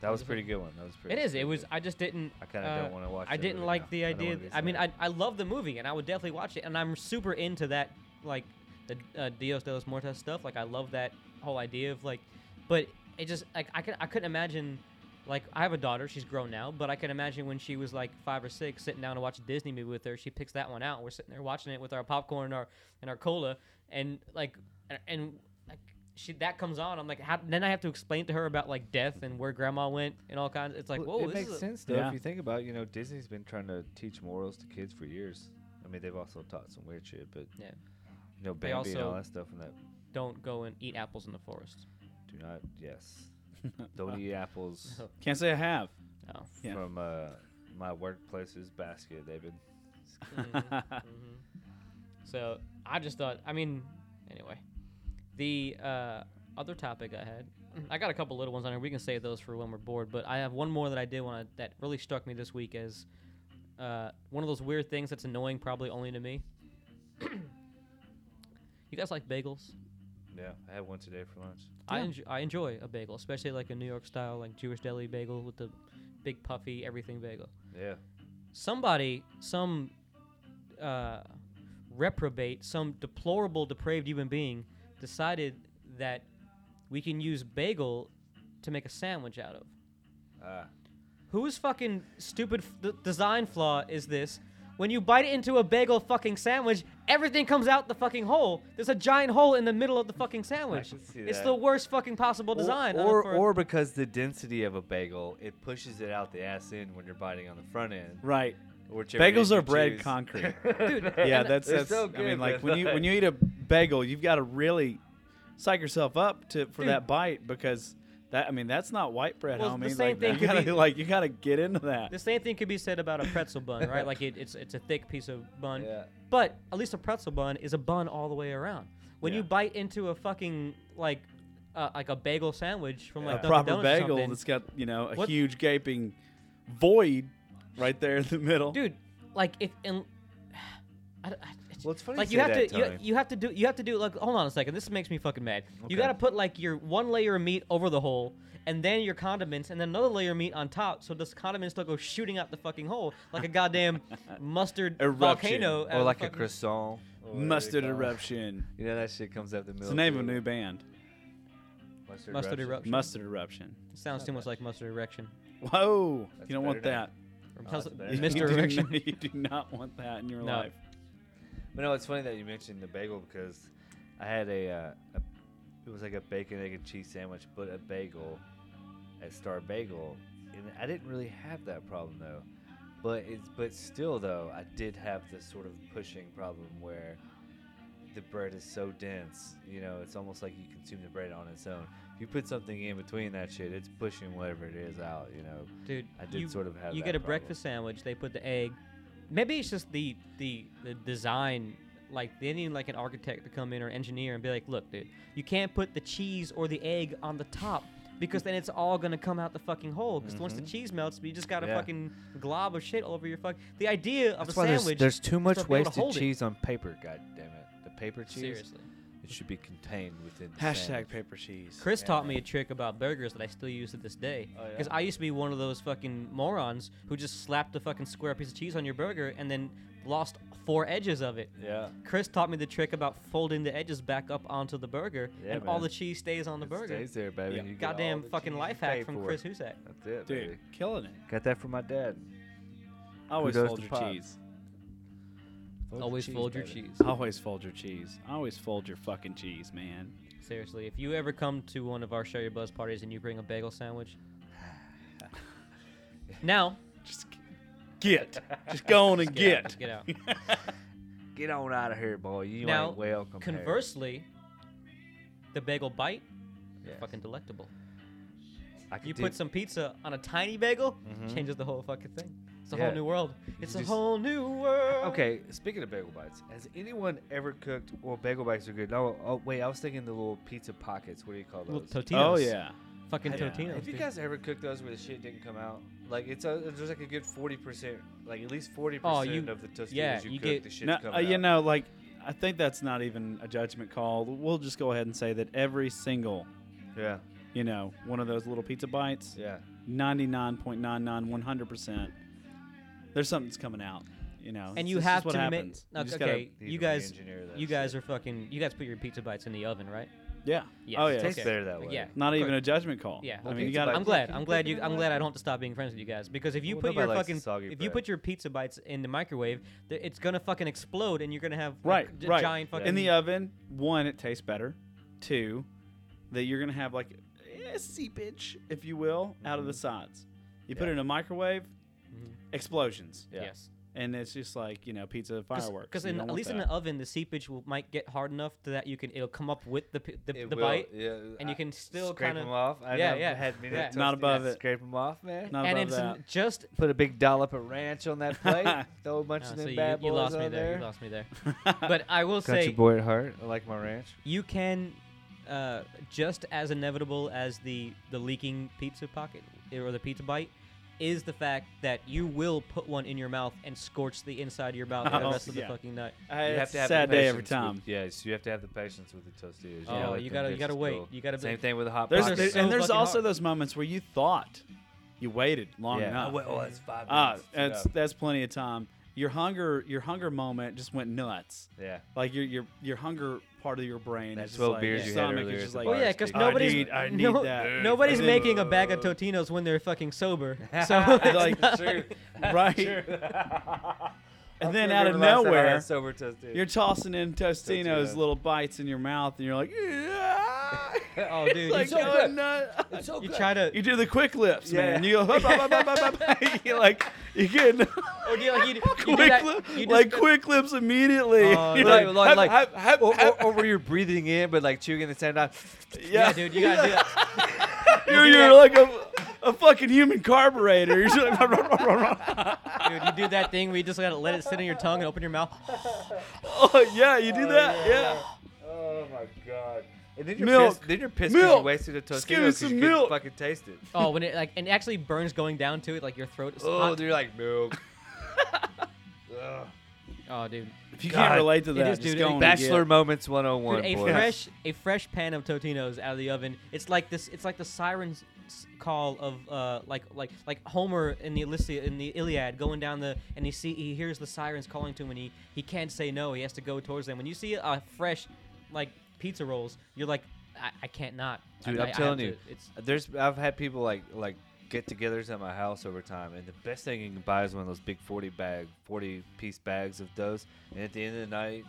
B: That was a pretty good one. That was pretty.
A: It is. It
B: pretty
A: was.
B: good.
A: I just didn't.
B: I kind of
A: uh,
B: don't want to watch.
A: I
B: that
A: didn't
B: movie
A: like
B: now.
A: the
B: I don't
A: idea.
B: wanna be
A: I mean, I
B: sad.
A: I love the movie, and I would definitely watch it. And I'm super into that, like the uh, Dios de los Muertos stuff. Like I love that whole idea of like, but it just like I could I couldn't imagine. Like I have a daughter, she's grown now, but I can imagine when she was like five or six, sitting down to watch a Disney movie with her, she picks that one out. and We're sitting there watching it with our popcorn and our and our cola, and like and, and like she that comes on. I'm like, how, then I have to explain to her about like death and where grandma went and all kinds. It's like,
B: Well,
A: whoa,
B: it
A: this
B: makes
A: is a-
B: sense though.
C: Yeah.
B: If you think about, it, you know, Disney's been trying to teach morals to kids for years. I mean, they've also taught some weird shit, but
A: Yeah.
B: you know, Bambi and all
A: also-
B: that stuff, and that
A: don't go and eat apples in the forest.
B: do not. Yes, don't eat apples.
A: Oh.
C: Can't say I have.
A: No.
C: Yeah.
B: from uh, my workplace's basket. They've been.
A: Mm-hmm. So I just thought, I mean, anyway, the uh, other topic I had, I got a couple little ones on here. We can save those for when we're bored. But I have one more that I did want to, that really struck me this week as uh, one of those weird things that's annoying, probably only to me. you guys like bagels?
B: Yeah, I had one today for lunch.
A: I,
C: Yeah.
A: enjoy, I enjoy a bagel, especially like a New York style, like Jewish deli bagel with the big puffy everything bagel.
B: Yeah.
A: somebody, some uh, reprobate, some deplorable, depraved human being decided that we can use bagel to make a sandwich out of. Uh,
B: Ah.
A: Whose fucking stupid f- d- design flaw is this? When you bite it into a bagel fucking sandwich, everything comes out the fucking hole. There's a giant hole in the middle of the fucking sandwich.
B: can see
A: It's
B: that.
A: the worst fucking possible design. uh,
B: Or, or,
A: for-
B: or because the density of a bagel, it pushes it out the ass end when you're biting on the front end.
C: Right.
B: Whichever
C: Bagels
B: end
C: are
B: you
C: bread
B: choose.
C: concrete.
A: Dude,
C: yeah,
A: and-
C: that's
B: They're
C: that's.
B: so
C: I
B: good,
C: mean, like
B: but
C: when you when you eat a bagel, you've got to really psych yourself up to for
A: Dude.
C: that bite because that I mean that's not white bread,
A: Well,
C: homie.
A: the same
C: like,
A: thing
C: you
A: could
C: gotta
A: be-
C: like you gotta get into that.
A: The same thing could be said about a pretzel bun, right? Like it, it's it's a thick piece of bun.
B: Yeah.
A: But at least a pretzel bun is a bun all the way around. When
B: Yeah.
A: you bite into a fucking like uh, like a bagel sandwich from
C: a
A: like Dunkin'
C: proper
A: Donuts or
C: bagel
A: something,
C: that's got you know a
A: What-
C: huge gaping void right there in the middle.
A: dude, like if and I, don't- I, it's,
B: Well, it's funny
A: like
B: you
A: you
B: say
A: have
B: that,
A: to you,
B: Tony.
A: you have to do you have to do like hold on a second this makes me fucking mad
B: Okay.
A: you gotta put like your one layer of meat over the hole and then your condiments and then another layer of meat on top so this condiments don't go shooting out the fucking hole like a goddamn mustard
C: Eruption.
A: volcano out
B: Or
A: of
B: like
A: the
B: a
A: um, fucking- uh,
B: croissant. or whatever they
C: Mustard
B: call it.
C: eruption.
B: You know that shit comes out the middle.
C: It's the name of a
B: too.
C: new band.
B: Mustard,
A: Mustard eruption.
C: Mustard eruption.
A: sounds too much like mustard erection
C: Whoa!
B: That's
C: you don't want
B: better
C: that.
A: Or
B: Oh,
A: sounds
B: that's
A: like Mr.
B: better.
C: You do
A: Erection.
C: not- you do not want that in your
A: No.
C: life.
B: But no, it's funny that you mentioned the bagel because I had a, uh, a it was like a bacon egg and cheese sandwich, but a bagel at Star Bagel, and I didn't really have that problem though. But it's but still though, I did have this sort of pushing problem where the bread is so dense, you know, it's almost like you consume the bread on its own. If you put something in between that shit, it's pushing whatever it is out, you know.
A: Dude,
B: I did
A: you,
B: sort of have
A: you
B: that
A: get a
B: problem.
A: breakfast sandwich. They put the egg. Maybe it's just the the, the design. Like they need like an architect to come in or engineer and be like, look, dude, you can't put the cheese or the egg on the top because then it's all gonna come out the fucking hole. Because once the cheese melts, you just got a
B: Mm-hmm. Yeah.
A: fucking glob of shit all over your fuck. The idea of
B: That's
A: a
B: why there's,
A: sandwich.
B: there's too
A: is
B: much
A: for people to
B: wasted
A: hold it.
B: cheese on paper, god damn it. The paper cheese
A: Seriously.
B: It should be contained within. The
C: Hashtag
B: sandwich.
C: paper cheese.
A: Chris
B: Yeah.
A: taught me a trick about burgers that I still use to this day.
B: Oh, yeah?
A: Because I used to be one of those fucking morons who just slapped a fucking square piece of cheese on your burger and then lost four edges of it.
B: Yeah.
A: Chris taught me the trick about folding the edges back up onto the burger,
B: Yeah,
A: and all
B: man.
A: the cheese stays on the
B: It
A: burger.
B: Stays there, baby.
C: Yeah.
B: You get all
A: Goddamn
B: the cheese
A: fucking
B: you
A: life
B: pay
A: hack from
B: for.
A: Chris Husak.
B: That's it,
C: Dude,
B: baby.
C: killing it.
B: Got that from my dad.
C: Always
B: Kudos
C: hold
B: to
C: your
B: Pod.
C: cheese.
B: Fold
A: Always
B: cheese,
A: fold your
B: baby.
A: cheese.
C: Always fold your cheese. Always fold your fucking cheese, man.
A: Seriously, if you ever come to one of our Share Your Buzz parties and you bring a bagel sandwich, now
C: Just g- get. Just go on and
A: get out,
C: get.
A: just get out.
B: Get on out of here, boy. You
A: Now,
B: ain't welcome. here.
A: Conversely, the bagel bite,
B: Yes.
A: fucking delectable.
B: I could
A: You
B: do-
A: put some pizza on a tiny bagel,
B: Mhm.
A: changes the whole fucking thing. It's a
B: Yeah.
A: whole new world. It's a
B: just-
A: whole new world.
B: Okay, speaking of bagel bites, has anyone ever cooked? Well, bagel bites are good. No, oh wait, I was thinking the little pizza pockets. What do you call
A: Little
B: those?
A: Totinos.
C: Oh yeah.
A: Fucking
C: Have-
A: Totinos.
B: Have you
A: dude.
B: guys ever cooked those where the shit didn't come out? Like it's a, there's like a good forty percent, like at least forty
A: Oh,
B: percent
A: you-
B: of the tostitos
A: yeah,
B: you,
A: you
B: cook,
A: get-
B: the shit's
C: No,
B: coming
C: uh, you
B: out.
C: know, like I think that's not even a judgment call. We'll just go ahead and say that every single,
B: Yeah,
C: you know, one of those little pizza bites,
B: yeah.
C: ninety nine point nine nine, one hundred percent. There's something's coming out, you know.
A: and
C: It's
A: you
C: just
A: have
C: what
A: to admit,
C: happens. You
A: no,
C: just gotta-
A: okay,
B: Need
A: you
B: to
A: guys,
B: re-engineer that
A: you guys
B: shit.
A: are fucking, you guys put your pizza bites in the oven, right?
C: yeah.
A: Yes.
C: Oh yeah.
B: Tastes
A: okay.
B: better that way.
A: Yeah.
C: Not
A: Of
C: even
A: course.
C: a judgment call.
A: Yeah.
C: I
B: Well,
C: mean, you
B: pizza
C: got.
B: bites-
A: I'm glad.
B: Can
A: I'm
B: you
A: glad
B: cook
A: you.
B: it in
A: I'm
B: the
A: glad I
B: oven?
A: don't have to stop being friends with you guys because if you
B: Well,
A: put your
B: nobody likes
A: fucking
B: soggy
A: if you
B: bread.
A: put your pizza bites in the microwave, th- it's gonna fucking explode and you're gonna have a
C: Right.
A: g-
C: right.
A: giant fucking
C: in the oven. One, it tastes better. Two, that you're gonna have like a seepage, if you will, out
A: Mm-hmm.
C: of the sides. You put
B: Yeah.
C: it in a microwave,
A: Mhm.
C: explosions.
B: Yeah.
A: yes.
C: and it's just like you know pizza fireworks.
A: Because
C: You don't
A: at
C: want
A: least in
C: that.
A: the oven, the seepage will, might get hard enough to that you can it'll come up with the p- the,
B: It
A: the
B: will, Uh,
A: bite,
B: yeah,
A: and you
B: I-
A: can still
B: scrape
A: kind
B: them
A: of
B: off. I
A: Yeah,
B: done
A: yeah.
B: Had many
A: Yeah.
C: Not
B: toasties.
C: above it.
B: Scrape them off, man.
C: Not
A: and
C: above
A: it's
C: that.
A: n- just
B: Put a big dollop of ranch on that plate. Throw a bunch
A: uh,
B: of
A: so
B: them
A: you,
B: bad
A: you
B: boys
A: lost
B: on
A: me there.
B: there.
A: You lost me there. But I will
B: Country
A: say
B: boy at heart. I like my ranch.
A: you can. Uh, just as inevitable as the the leaking pizza pocket or the pizza bite is the fact that you will put one in your mouth and scorch the inside of your mouth for the
C: Oh,
A: rest of
C: yeah.
A: the fucking night.
C: I,
B: you have
C: it's
B: to
C: a
B: have
C: sad
B: the
C: day every
B: patience with-
C: time.
B: yes, you have to have the patience with the tostitos. You
A: Oh,
B: gotta let
A: you
B: them
A: gotta- you
B: bitches
A: gotta wait.
B: cool.
A: You gotta be-
B: Same thing with the hot
C: There's,
A: They're
B: pockets.
C: there-
A: so
C: and there's
A: fucking
C: also
A: hard.
C: those moments where you thought you waited long
B: Yeah.
C: enough.
B: Oh, wait, oh, it's five
C: Ah,
B: minutes.
C: that's
B: Yeah.
C: that's plenty of time. Your hunger, your hunger moment just went nuts.
B: yeah.
C: Like your your your hunger part of your brain.
B: That's
C: is just
B: 12
C: like,
B: beers
C: your
B: you had
C: stomach
B: earlier
C: is
B: at
C: just
B: the
C: like.
A: Well, yeah,
B: Bars,
A: because
B: dude. I
A: nobody's
C: need- I need
A: no-
C: that.
A: nobody's
C: And then-
A: making a bag of Totinos when they're fucking sober. So it's
C: Like,
A: not-
B: True.
C: Right.
B: True.
C: And
B: I'm
C: then
B: sure
C: out of
B: the last time I
C: nowhere,
B: had sober toasted.
C: You're tossing in Tostino's
B: Tostitos.
C: little bites in your mouth, and you're like, yeah.
A: Oh,
C: It's
A: dude,
C: like
A: you,
B: so
C: going
B: good.
C: nuts.
B: It's so
A: you
B: good.
A: try to,
C: You do the quick lips,
B: Yeah.
C: man. You go, hop, hop, hop, hop, hop, hop. you like, you get
A: or do you like you, you do
C: quick,
A: that,
C: lip-
A: you just
C: like
A: go-
C: quick lips immediately.
A: Oh,
C: You're
B: like,
A: Like,
B: like, like,
C: hop, hop, hop,
B: or,
C: hop.
B: or, or where you're breathing in, but like chewing at the same time.
A: yeah, dude, you gotta do that.
C: You're,
A: do
C: you're like a, a fucking human carburetor. You're just like, rah, rah, rah, rah, rah.
A: Dude, you do that thing where you just gotta let it sit in your tongue and open your mouth.
C: oh yeah, you do that. Yeah.
B: Oh my god. And then you're
C: Milk.
B: pissed. Then you're pissed because you
C: Milk.
B: wasted a
C: Just
B: Tostino
C: give me
B: 'cause
C: some
B: you couldn't
C: milk.
B: fucking taste it.
A: Oh, when it like and it actually burns going down to it, like your throat is
B: Oh,
A: hot.
B: dude, you're like milk. Ugh.
A: Oh, dude,
C: If you
B: God.
C: can't relate to
A: It
C: that,
A: is,
C: just
A: dude.
C: go
A: It-
C: on and get-
B: Bachelor moments 101.
A: dude, a
B: boys.
A: fresh a fresh pan of Totinos out of the oven. It's like this. It's like the sirens s- call of uh like like like Homer in the Odyssey in the Iliad going down the and he see he hears the sirens calling to him and he he can't say no. He has to go towards them. When you see a fresh like pizza rolls, you're like I, I can't not.
B: Dude,
A: I,
B: I'm
A: I- I have
B: telling
A: to-
B: you.
A: it's
B: There's I've had people like like get-togethers at my house over time, and the best thing you can buy is one of those big 40 bag, 40 piece bags of those. And at the end of the night,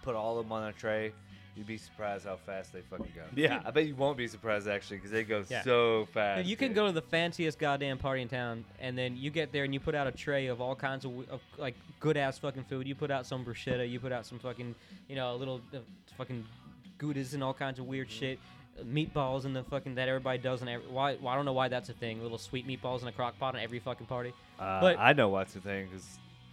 B: put all of them on a tray. You'd be surprised how fast they fucking go.
C: Yeah.
B: I bet you won't be surprised actually, because they go
A: Yeah.
B: so fast.
A: Dude, you can
B: dude.
A: go to the fanciest goddamn party in town, and then you get there and you put out a tray of all kinds of, w- of like good ass fucking food. You put out some bruschetta, you put out some fucking, you know, little uh, fucking goudas and all kinds of weird
B: Mm-hmm.
A: shit, meatballs and the fucking that everybody does. And every, why, why I don't know why that's a thing. Little sweet meatballs in a crock pot at every fucking party.
B: Uh,
A: But-
B: I know what's the thing because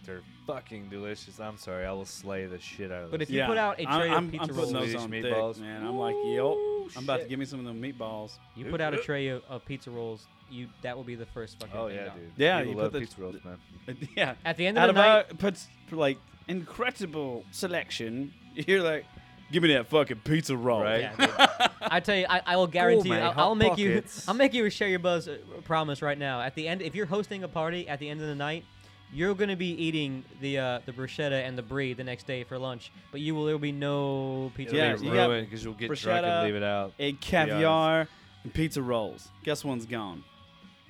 B: they're fucking delicious. I'm sorry, I will slay the shit out of.
A: But
B: this.
A: if you put out a
C: I'm-
A: tray
C: I'm,
A: of pizza
C: I'm putting
A: rolls,
C: those
B: Swedish
C: on
B: meatballs.
C: thick, man. I'm like, yep. I'm about to
B: shit.
C: give me some of them meatballs.
A: you put out a tray of, of pizza rolls, you that will be the first fucking.
B: oh
A: thing
B: yeah,
A: gone.
B: dude.
C: Yeah,
B: People
C: you put
B: love
C: the-
B: pizza rolls, man.
C: yeah.
A: At the end of
C: Out
A: the
C: of
A: night,
C: our puts like incredible selection, you're like, give me that fucking pizza roll.
B: Right.
A: Yeah, dude. I tell you, I, I will guarantee
B: mate.
A: you, I'll,
B: Hot
A: I'll make you,
B: pockets.
A: I'll make you a share your buzz uh, promise right now. At the end, if you're hosting a party at the end of the night, you're gonna be eating the uh, the bruschetta and the brie the next day for lunch, but you will there will be no pizza.
C: Yeah,
B: Yeah,
A: rolls.
C: you
B: you
C: got
B: ruined because you'll get drunk
C: bruschetta,
B: and leave it out.
C: And caviar and pizza rolls. Guess one's gone.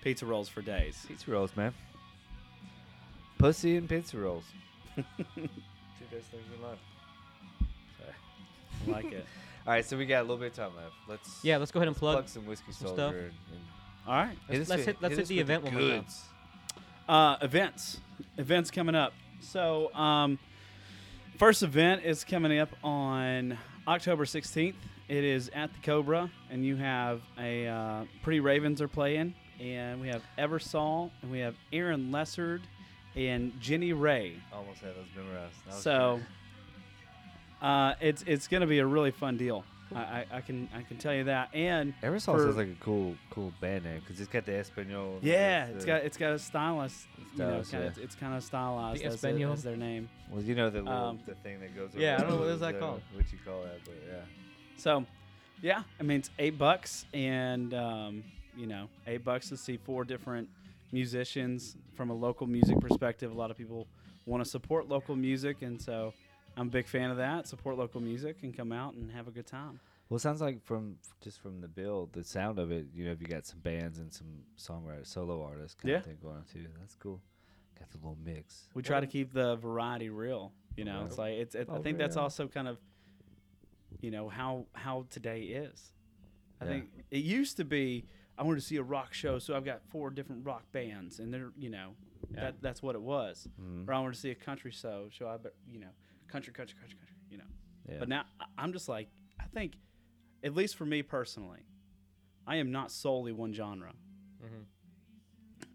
C: Pizza rolls for days.
B: Pizza rolls, man. Pussy and pizza rolls. Two podcast things in life. Sorry.
C: I like it.
B: All right, so we got a little bit of time left. Let's
A: Yeah, let's go ahead and
B: let's
A: plug
B: some whiskey
A: some
B: soldier
A: stuff.
B: and, and
C: All right.
A: Let's-
B: us
A: let's
B: with-
A: hit- let's hit
B: us
A: the
B: with
A: event when we're done.
B: goods.
C: uh, events events coming up so um, first event is coming up on october 16th it is at the cobra and you have a uh, pretty ravens are playing and we have eversol and we have aaron lessard and jenny ray
B: Almost had those memorized. That was
C: so
B: good.
C: uh, it's it's gonna be a really fun deal I, I, I can I can tell you that and
B: Aerosol
C: for-
B: sounds like a cool, cool band name because it's got the Espanol.
C: yeah,
B: the-
C: it's got it's got a stylus, you know,
B: Stylus,
C: kind of,
B: yeah.
C: it's kind of stylized as, it-
A: Espanol.
C: as their name.
B: Well, you know the little,
C: um,
B: the thing that goes.
A: yeah, I
B: around
A: don't know what
B: the-
A: is that
B: the-
A: called.
B: What you call that? But yeah.
C: So, yeah, I mean it's eight bucks, and um, you know, eight bucks to see four different musicians from a local music perspective. A lot of people want to support local music, and so I'm a big fan of that. Support local music and come out and have a good time.
B: Well, it sounds like from just from the build, the sound of it, you know, if you got some bands and some songwriters, solo artists kind
C: Yeah.
B: of thing going on too. That's cool. Got the little mix.
C: We try to keep the variety real. You know, it's like it's. It, I
B: Oh,
C: think that's
B: yeah.
C: also kind of, you know, how how today is. I
B: Yeah.
C: think it used to be I wanted to see a rock show, so I've got four different rock bands, and they're you know,
A: Yeah.
C: that that's what it was.
B: Mhm.
C: Or I wanted to see a country show, so I bet you know, country, country, country, country. You know,
B: Yeah.
C: but now I- I'm just like I think, at least for me personally, I am not solely one genre
A: Mhm.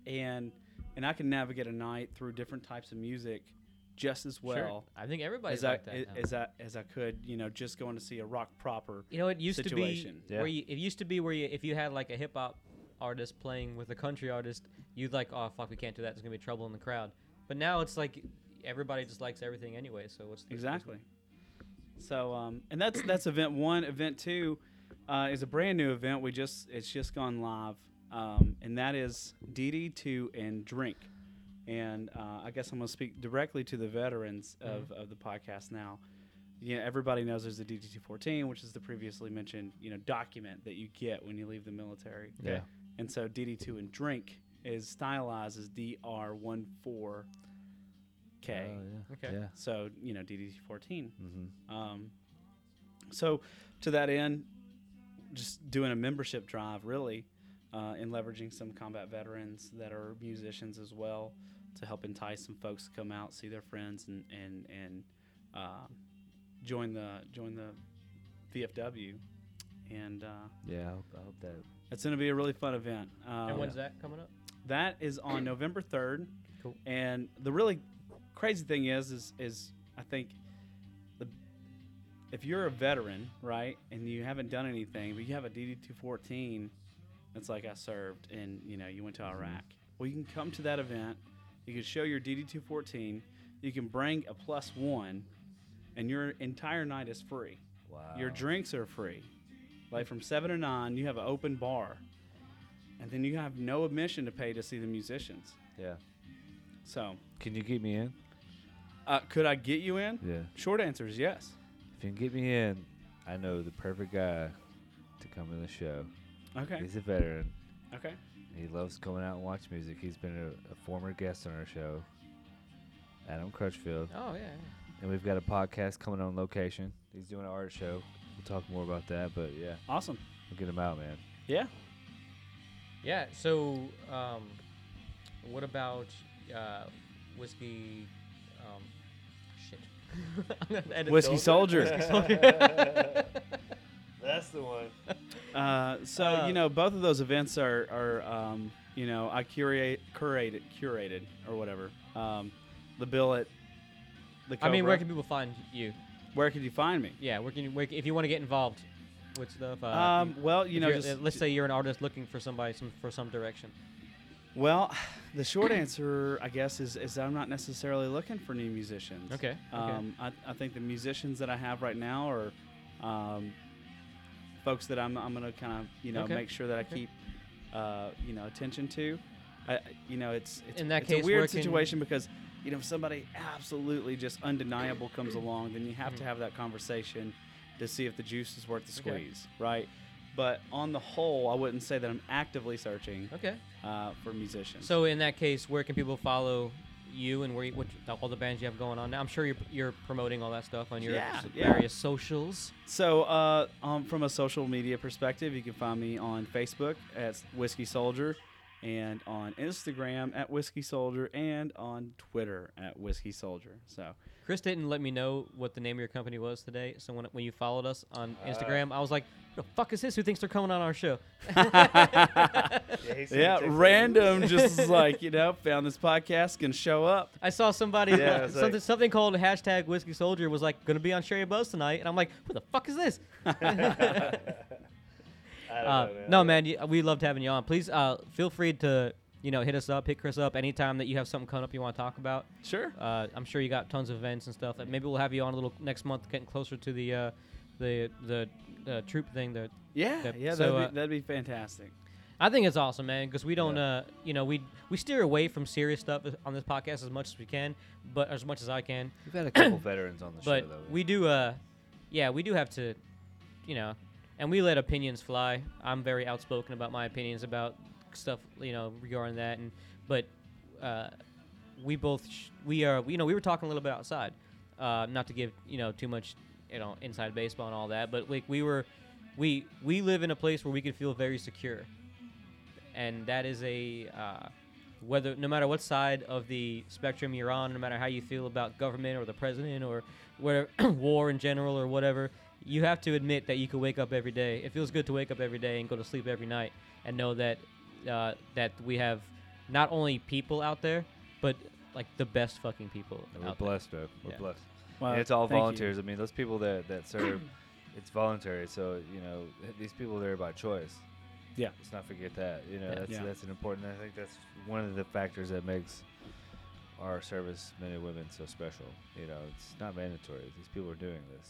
C: and and I can navigate a night through different types of music just as
A: Sure.
C: well
A: I think everybody's
C: as I
A: like that. now.
C: as I as I could, you know, just going to see a rock proper.
A: you know, it used
C: situation.
A: to be
B: Yeah.
A: where you, it used to be where you, if you had like a hip hop artist playing with a country artist, you'd like, oh fuck, we can't do that. There's gonna be trouble in the crowd. But now it's like everybody just likes everything anyway. So what's the
C: Exactly. So um, and that's that's event one. Event two uh, is a brand new event. We just it's just gone live, um, and that is DD2 and drink. And uh, I guess I'm going to speak directly to the veterans
A: Mm-hmm.
C: of, of the podcast now. You know, everybody knows there's the DD214, which is the previously mentioned you know document that you get when you leave the military.
B: Yeah.
C: And so DD2 and drink is stylized as DR14K.
B: Oh, yeah.
A: Okay.
B: Yeah.
C: So you know DD14.
B: Mm-hmm.
C: Um, so, to that end, just doing a membership drive really, uh, and leveraging some combat veterans that are musicians as well to help entice some folks to come out, see their friends, and and and uh, join the join the VFW. And uh,
B: Yeah. I hope, I hope that.
C: it's going to be a really fun event. Um,
A: And when's that coming up?
C: that is on November third.
A: Cool.
C: And the really crazy thing is, is, is I think the if you're a veteran, right, and you haven't done anything, but you have a DD two fourteen, it's like I served, and you know you went to Iraq. Well, you can come to that event. You can show your DD two fourteen. You can bring a plus one, and your entire night is free.
B: Wow.
C: Your drinks are free. Like from seven to nine, you have an open bar, and then you have no admission to pay to see the musicians.
B: Yeah.
C: So,
B: Can you get me in?
C: uh, could I get you in?
B: Yeah.
C: Short answer is yes.
B: If you can get me in, I know the perfect guy to come to the show.
C: Okay.
B: He's a veteran.
C: Okay.
B: He loves coming out and watch music. He's been a, a former guest on our show, Adam Crutchfield.
A: Oh yeah, yeah.
B: And we've got a podcast coming on location. He's doing an art show. We'll talk more about that, but yeah,
C: Awesome.
B: we'll get him out, man.
C: Yeah.
A: Yeah. So, um, what about uh, whiskey? Um, shit. I'm gonna edit
C: Whiskey
A: those.
C: Soldier.
A: Whiskey soldier.
B: That's the one.
C: Uh, so
A: Uh,
C: you know, both of those events are are um, you know I curate curated curated or whatever. Um, the bill at the
A: I
C: Cobra.
A: mean, where can people find you?
C: where could you find me?
A: Yeah, where can you, where, if you want to get involved with stuff? Uh,
C: Um, well,
A: if
C: you know,
A: you're-
C: just,
A: uh, let's say you're an artist looking for somebody some, for some direction.
C: Well, the short answer, I guess, is, is I'm not necessarily looking for new musicians.
A: Okay, okay.
C: Um, I, I think the musicians that I have right now are um, folks that I'm, I'm going to kind of, you know,
A: Okay,
C: make sure that I
A: okay.
C: keep, uh, you know, attention to. I, I- you know, it's, it's,
A: In that
C: it's
A: case,
C: a
A: where
C: weird
A: can-
C: situation because, you know, if somebody absolutely just undeniable comes along, then you have to have that conversation to see if the juice is worth the
A: Mm-hmm. Okay.
C: squeeze, right? But on the whole, I wouldn't say that I'm actively searching
A: Okay.
C: uh, for musicians.
A: So in that case, where can people follow you and where you, what, all the bands you have going on now? I'm sure you're you're promoting all that stuff on your
C: Yeah,
A: s-
C: yeah.
A: various socials.
C: So, uh, um, from a social media perspective, you can find me on Facebook at Whiskey Soldier, and on Instagram at Whiskey Soldier, and on Twitter at Whiskey Soldier. So,
A: Chris didn't let me know what the name of your company was today, so when, when you followed us on
B: Uh,
A: Instagram, I was like, "Who the fuck is this? Who thinks they're coming on our show?"
B: Yeah, he said he
C: yeah,
B: texted me.
C: random, just is like you know, found this podcast, can show up.
A: I saw somebody
B: Yeah, I was
A: something
B: like-
A: something called hashtag Whiskey Soldier was like going to be on Sherry Buzz tonight, and I'm like, "Who the fuck is this?"
B: I don't
A: Uh,
B: know, man.
A: no, man, you- we loved having you on. Please uh, feel free to you know hit us up, hit Chris up anytime that you have something coming up you want to talk about.
C: Sure.
A: Uh, I'm sure you got tons of events and stuff. and Maybe we'll have you on a little next month, getting closer to the uh, the the uh, troop thing. The
C: Yeah,
A: Yep.
C: yeah,
A: So,
C: that'd,
A: uh,
C: be, that'd be fantastic.
A: I think it's awesome, man, because we don't, uh, you know, we we steer away from serious stuff on this podcast as much as we can, but as much as I can.
B: We've had a couple veterans on the
A: But
B: show, though.
A: we do, uh, yeah, we do have to, you know, and we let opinions fly. I'm very outspoken about my opinions about stuff, you know, regarding that. And but uh, we both, sh- we are, you know, we were talking a little bit outside, uh, not to give you know too much, you know, inside baseball and all that. But like we were, we we live in a place where we can feel very secure, and that is a. Uh, whether no matter what side of the spectrum you're on, no matter how you feel about government or the president or whatever war in general or whatever, you have to admit that you can wake up every day. It feels good to wake up every day and go to sleep every night and know that uh, that we have not only people out there, but like the best fucking people
B: We're
A: out there.
B: blessed, bro. We're
A: Yeah.
B: blessed.
C: Well,
B: and it's all
C: thank you.
B: volunteers. I mean, those people that, that serve, it's voluntary. So, you know, th- these people are there by choice.
C: Yeah.
B: Let's not forget that. You know,
A: Yeah.
B: that's,
C: Yeah.
B: that's an important, I think that's one of the factors that makes our servicemen and women so special. You know, it's not mandatory. These people are doing this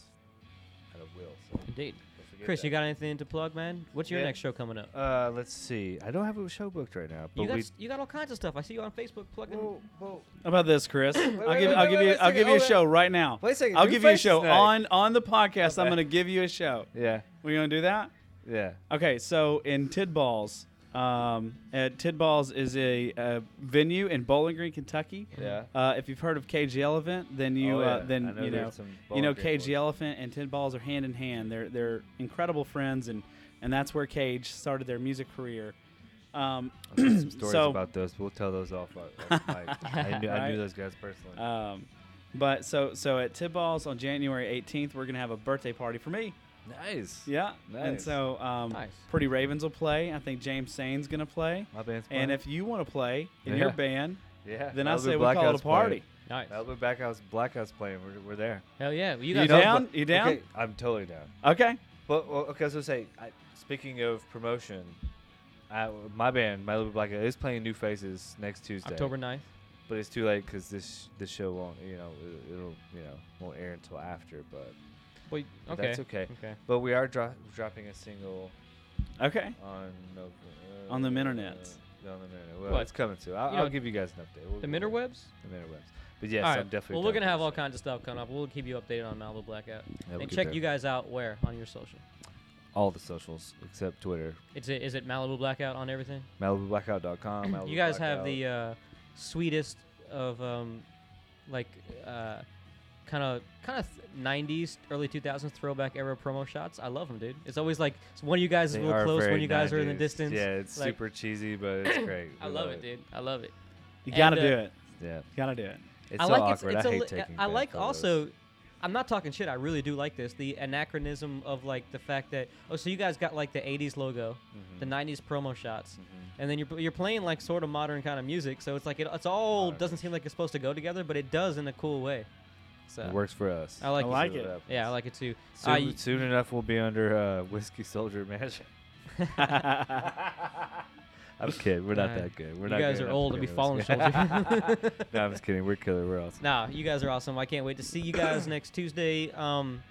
B: out of will. So
A: Indeed.
B: don't forget
A: Chris,
B: that.
A: you got anything to plug, man? What's your
B: Yeah.
A: next show coming up?
B: Uh, let's see. I don't have a show booked right now, but
A: You got,
B: we.
A: s- you got all kinds of stuff. I see you on Facebook plugging.
B: Whoa, whoa.
C: How about this, Chris? I'll
B: wait,
C: give,
B: wait,
C: I'll
B: wait,
C: give
B: wait
C: you,
B: a
C: I'll give you a
B: second.
C: show right now.
B: Wait a second.
C: I'll
B: New
C: give you a
B: faces
C: show
B: tonight.
C: on on the podcast. I'm
B: Okay.
C: gonna give you a show.
B: Yeah,
C: We gonna do that?
B: yeah.
C: Okay, so in Tidballs, um, at Tidballs is a, a venue in Bowling Green, Kentucky.
B: Yeah.
C: Uh, if you've heard of KG Elephant, then you
B: Oh, yeah.
C: uh, then
B: I know
C: you
B: there's
C: know
B: some
C: you know
B: Bowling Green
C: KG
B: boys.
C: Elephant and Tidballs are hand in hand. They're they're incredible friends, and and that's where Cage started their music career. Um,
B: I've heard some stories
C: So-
B: about those. But we'll tell those off. uh, off mic. I, knew, I
C: Right.
B: knew those guys personally.
C: um, but so so at Tidballs on January 18th, we're gonna have a birthday party for me.
B: nice.
C: Yeah, and
B: Nice.
C: so um,
A: Nice.
C: Pretty Ravens will play. I think James Sane's gonna play.
B: My band's playing.
C: And if you want to play in your
B: Yeah.
C: band,
B: yeah,
C: then I
B: Malibu
C: say we call it a
B: Blackouts
C: party.
A: Nice.
B: Playing. Malibu Blackhouse, Blackhouse playing. We're, we're there.
A: Hell yeah. Well, you
C: You
A: guys,
B: No,
C: down?
B: but-
C: You down?
B: Okay, I'm totally down.
C: Okay.
B: But well, okay, so say, I, speaking of promotion, I, my band, Malibu Blackout, is playing New Faces next Tuesday.
A: October 9th.
B: But it's too late because this this show won't, you know, it, it'll you know won't air until after. But
A: Wait,
B: but
A: okay.
B: that's okay.
A: Okay.
B: But we are dro- dropping a single
C: Okay.
B: on Nov- uh,
C: On the
B: on
C: internet.
B: the internet. Well,
A: What?
B: it's coming soon. I'll,
A: You know,
B: I'll give you guys an update. We'll-
A: The
B: we'll-
A: Minterwebs?
B: The interwebs. But yes,
A: All right.
B: I'm definitely.
A: Well, we're
B: down
A: gonna have
B: for
A: all
B: that.
A: kinds of stuff coming up. We'll keep you updated on Malibu Blackout.
B: Yeah, we'll
A: and
B: keep
A: check
B: down.
A: you guys out where on your social.
B: all the socials except Twitter.
A: It's it, is it Malibu Blackout on everything?
B: MalibuBlackout.com. Malibu
A: you guys have
B: Blackout.
A: the uh, sweetest of um, like uh, kind of kind of '90s, early 2000s throwback era promo shots. I love them, dude. It's always like it's one of you guys is
B: They
A: real
B: are
A: close,
B: very
A: one of you guys are in the
B: 90s.
A: distance.
B: Yeah, it's
A: Like,
B: super cheesy, but it's great.
A: I
B: We
A: love it, dude. I love it.
C: You
A: And,
C: gotta
A: uh,
C: do it.
B: Yeah,
C: You gotta do it.
B: it's so awkward. I
A: a
B: hate
A: li-
B: taking.
A: I
B: bad
A: like
B: photos.
A: also. I'm not talking shit. I really do like this. The anachronism of like the fact that oh, so you guys got like the '80s logo,
B: Mm-hmm.
A: the '90s promo shots, and then you're you're playing like sort of modern kind of music. So it's like it, it's all
B: Modern
A: doesn't seem like it's supposed to go together, but it does in a cool way. So
B: It works for us.
A: I like
C: I
A: it.
C: like it.
A: Yeah, I like it too.
B: Soon,
A: Uh, y-
B: soon enough, we'll be under uh, whiskey soldier management. I'm kidding. We're not
A: Alright.
B: that good. We're
A: you
B: not.
A: guys
B: good
A: are
B: enough
A: old and
B: be
A: be falling
B: no,
A: soldiers.
B: I'm just kidding. We're killer. We're awesome.
A: Nah, you guys are awesome. I can't wait to see you guys next Tuesday. Um,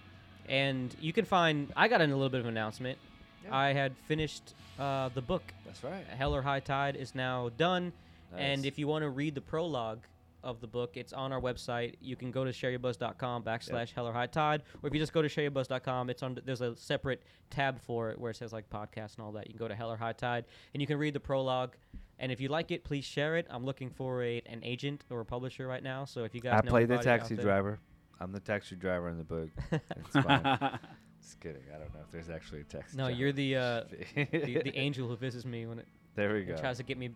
A: and you can find. I got in a little bit of an announcement.
B: Yeah.
A: I had finished uh, the book.
B: That's right.
A: Hell or High Tide is now done. And
B: Nice.
A: if you want to read the prologue of the book, it's on our website. You can go to shareyourbuzz.com backslash hell or high tide, or if you just go to shareyourbuzz.com, it's on. There's a separate tab for it where it says like podcast and all that. You can go to hell or high tide, and you can read the prologue. And if you like it, please share it. I'm looking for a, an agent or a publisher right now. So if you guys
B: I
A: know
B: play the
A: anybody out
B: taxi
A: there-
B: driver. I'm the taxi driver in the book. It's fine. Just kidding. I don't know if there's actually a taxi.
A: No,
B: driver.
A: you're the, uh, the, the angel who visits me when it,
B: there we
A: and
B: go.
A: tries to get me.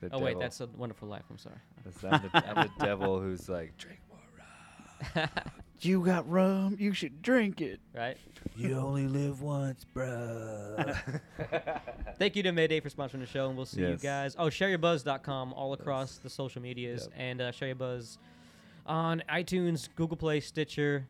B: The
A: oh wait,
B: devil.
A: that's a Wonderful Life. I'm sorry.
B: That's- I'm, the, I'm the devil who's like drink more rum.
C: you got rum. You should drink it.
A: right.
B: You only live once, bro.
A: Thank you to Mayday for sponsoring the show, and we'll see you
B: Yes.
A: guys. Oh, shareyourbuzz.com all across the social medias,
B: Yep.
A: and uh, Share Your Buzz on iTunes, Google Play, Stitcher.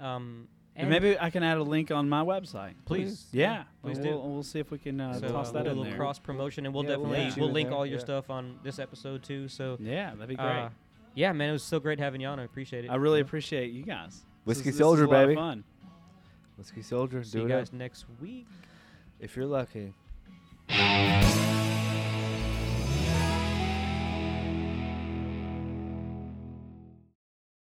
A: Um,
C: And maybe I can add a link on my website.
A: please,
C: Yeah,
A: please
C: we'll,
A: do.
C: We'll see if we can uh,
A: so,
C: toss
A: uh, we'll
C: that
A: do a
C: in
A: little
C: there.
A: cross promotion, and we'll
B: Yeah, we'll
A: definitely
C: link
A: we'll,
C: you
B: in
A: link
B: there,
A: all your
B: yeah.
A: stuff on this episode too. So,
C: yeah, that'd be great.
A: uh, yeah, man, it was so great having you on. I appreciate it.
C: I really
A: Yeah.
C: appreciate you guys.
B: Whiskey
C: this is,
B: Soldier,
C: this is a lot of
B: baby.
C: fun.
B: Whiskey soldier,
A: See
B: do
A: you
B: it up
A: guys next week.
B: if you're lucky.
C: Bye.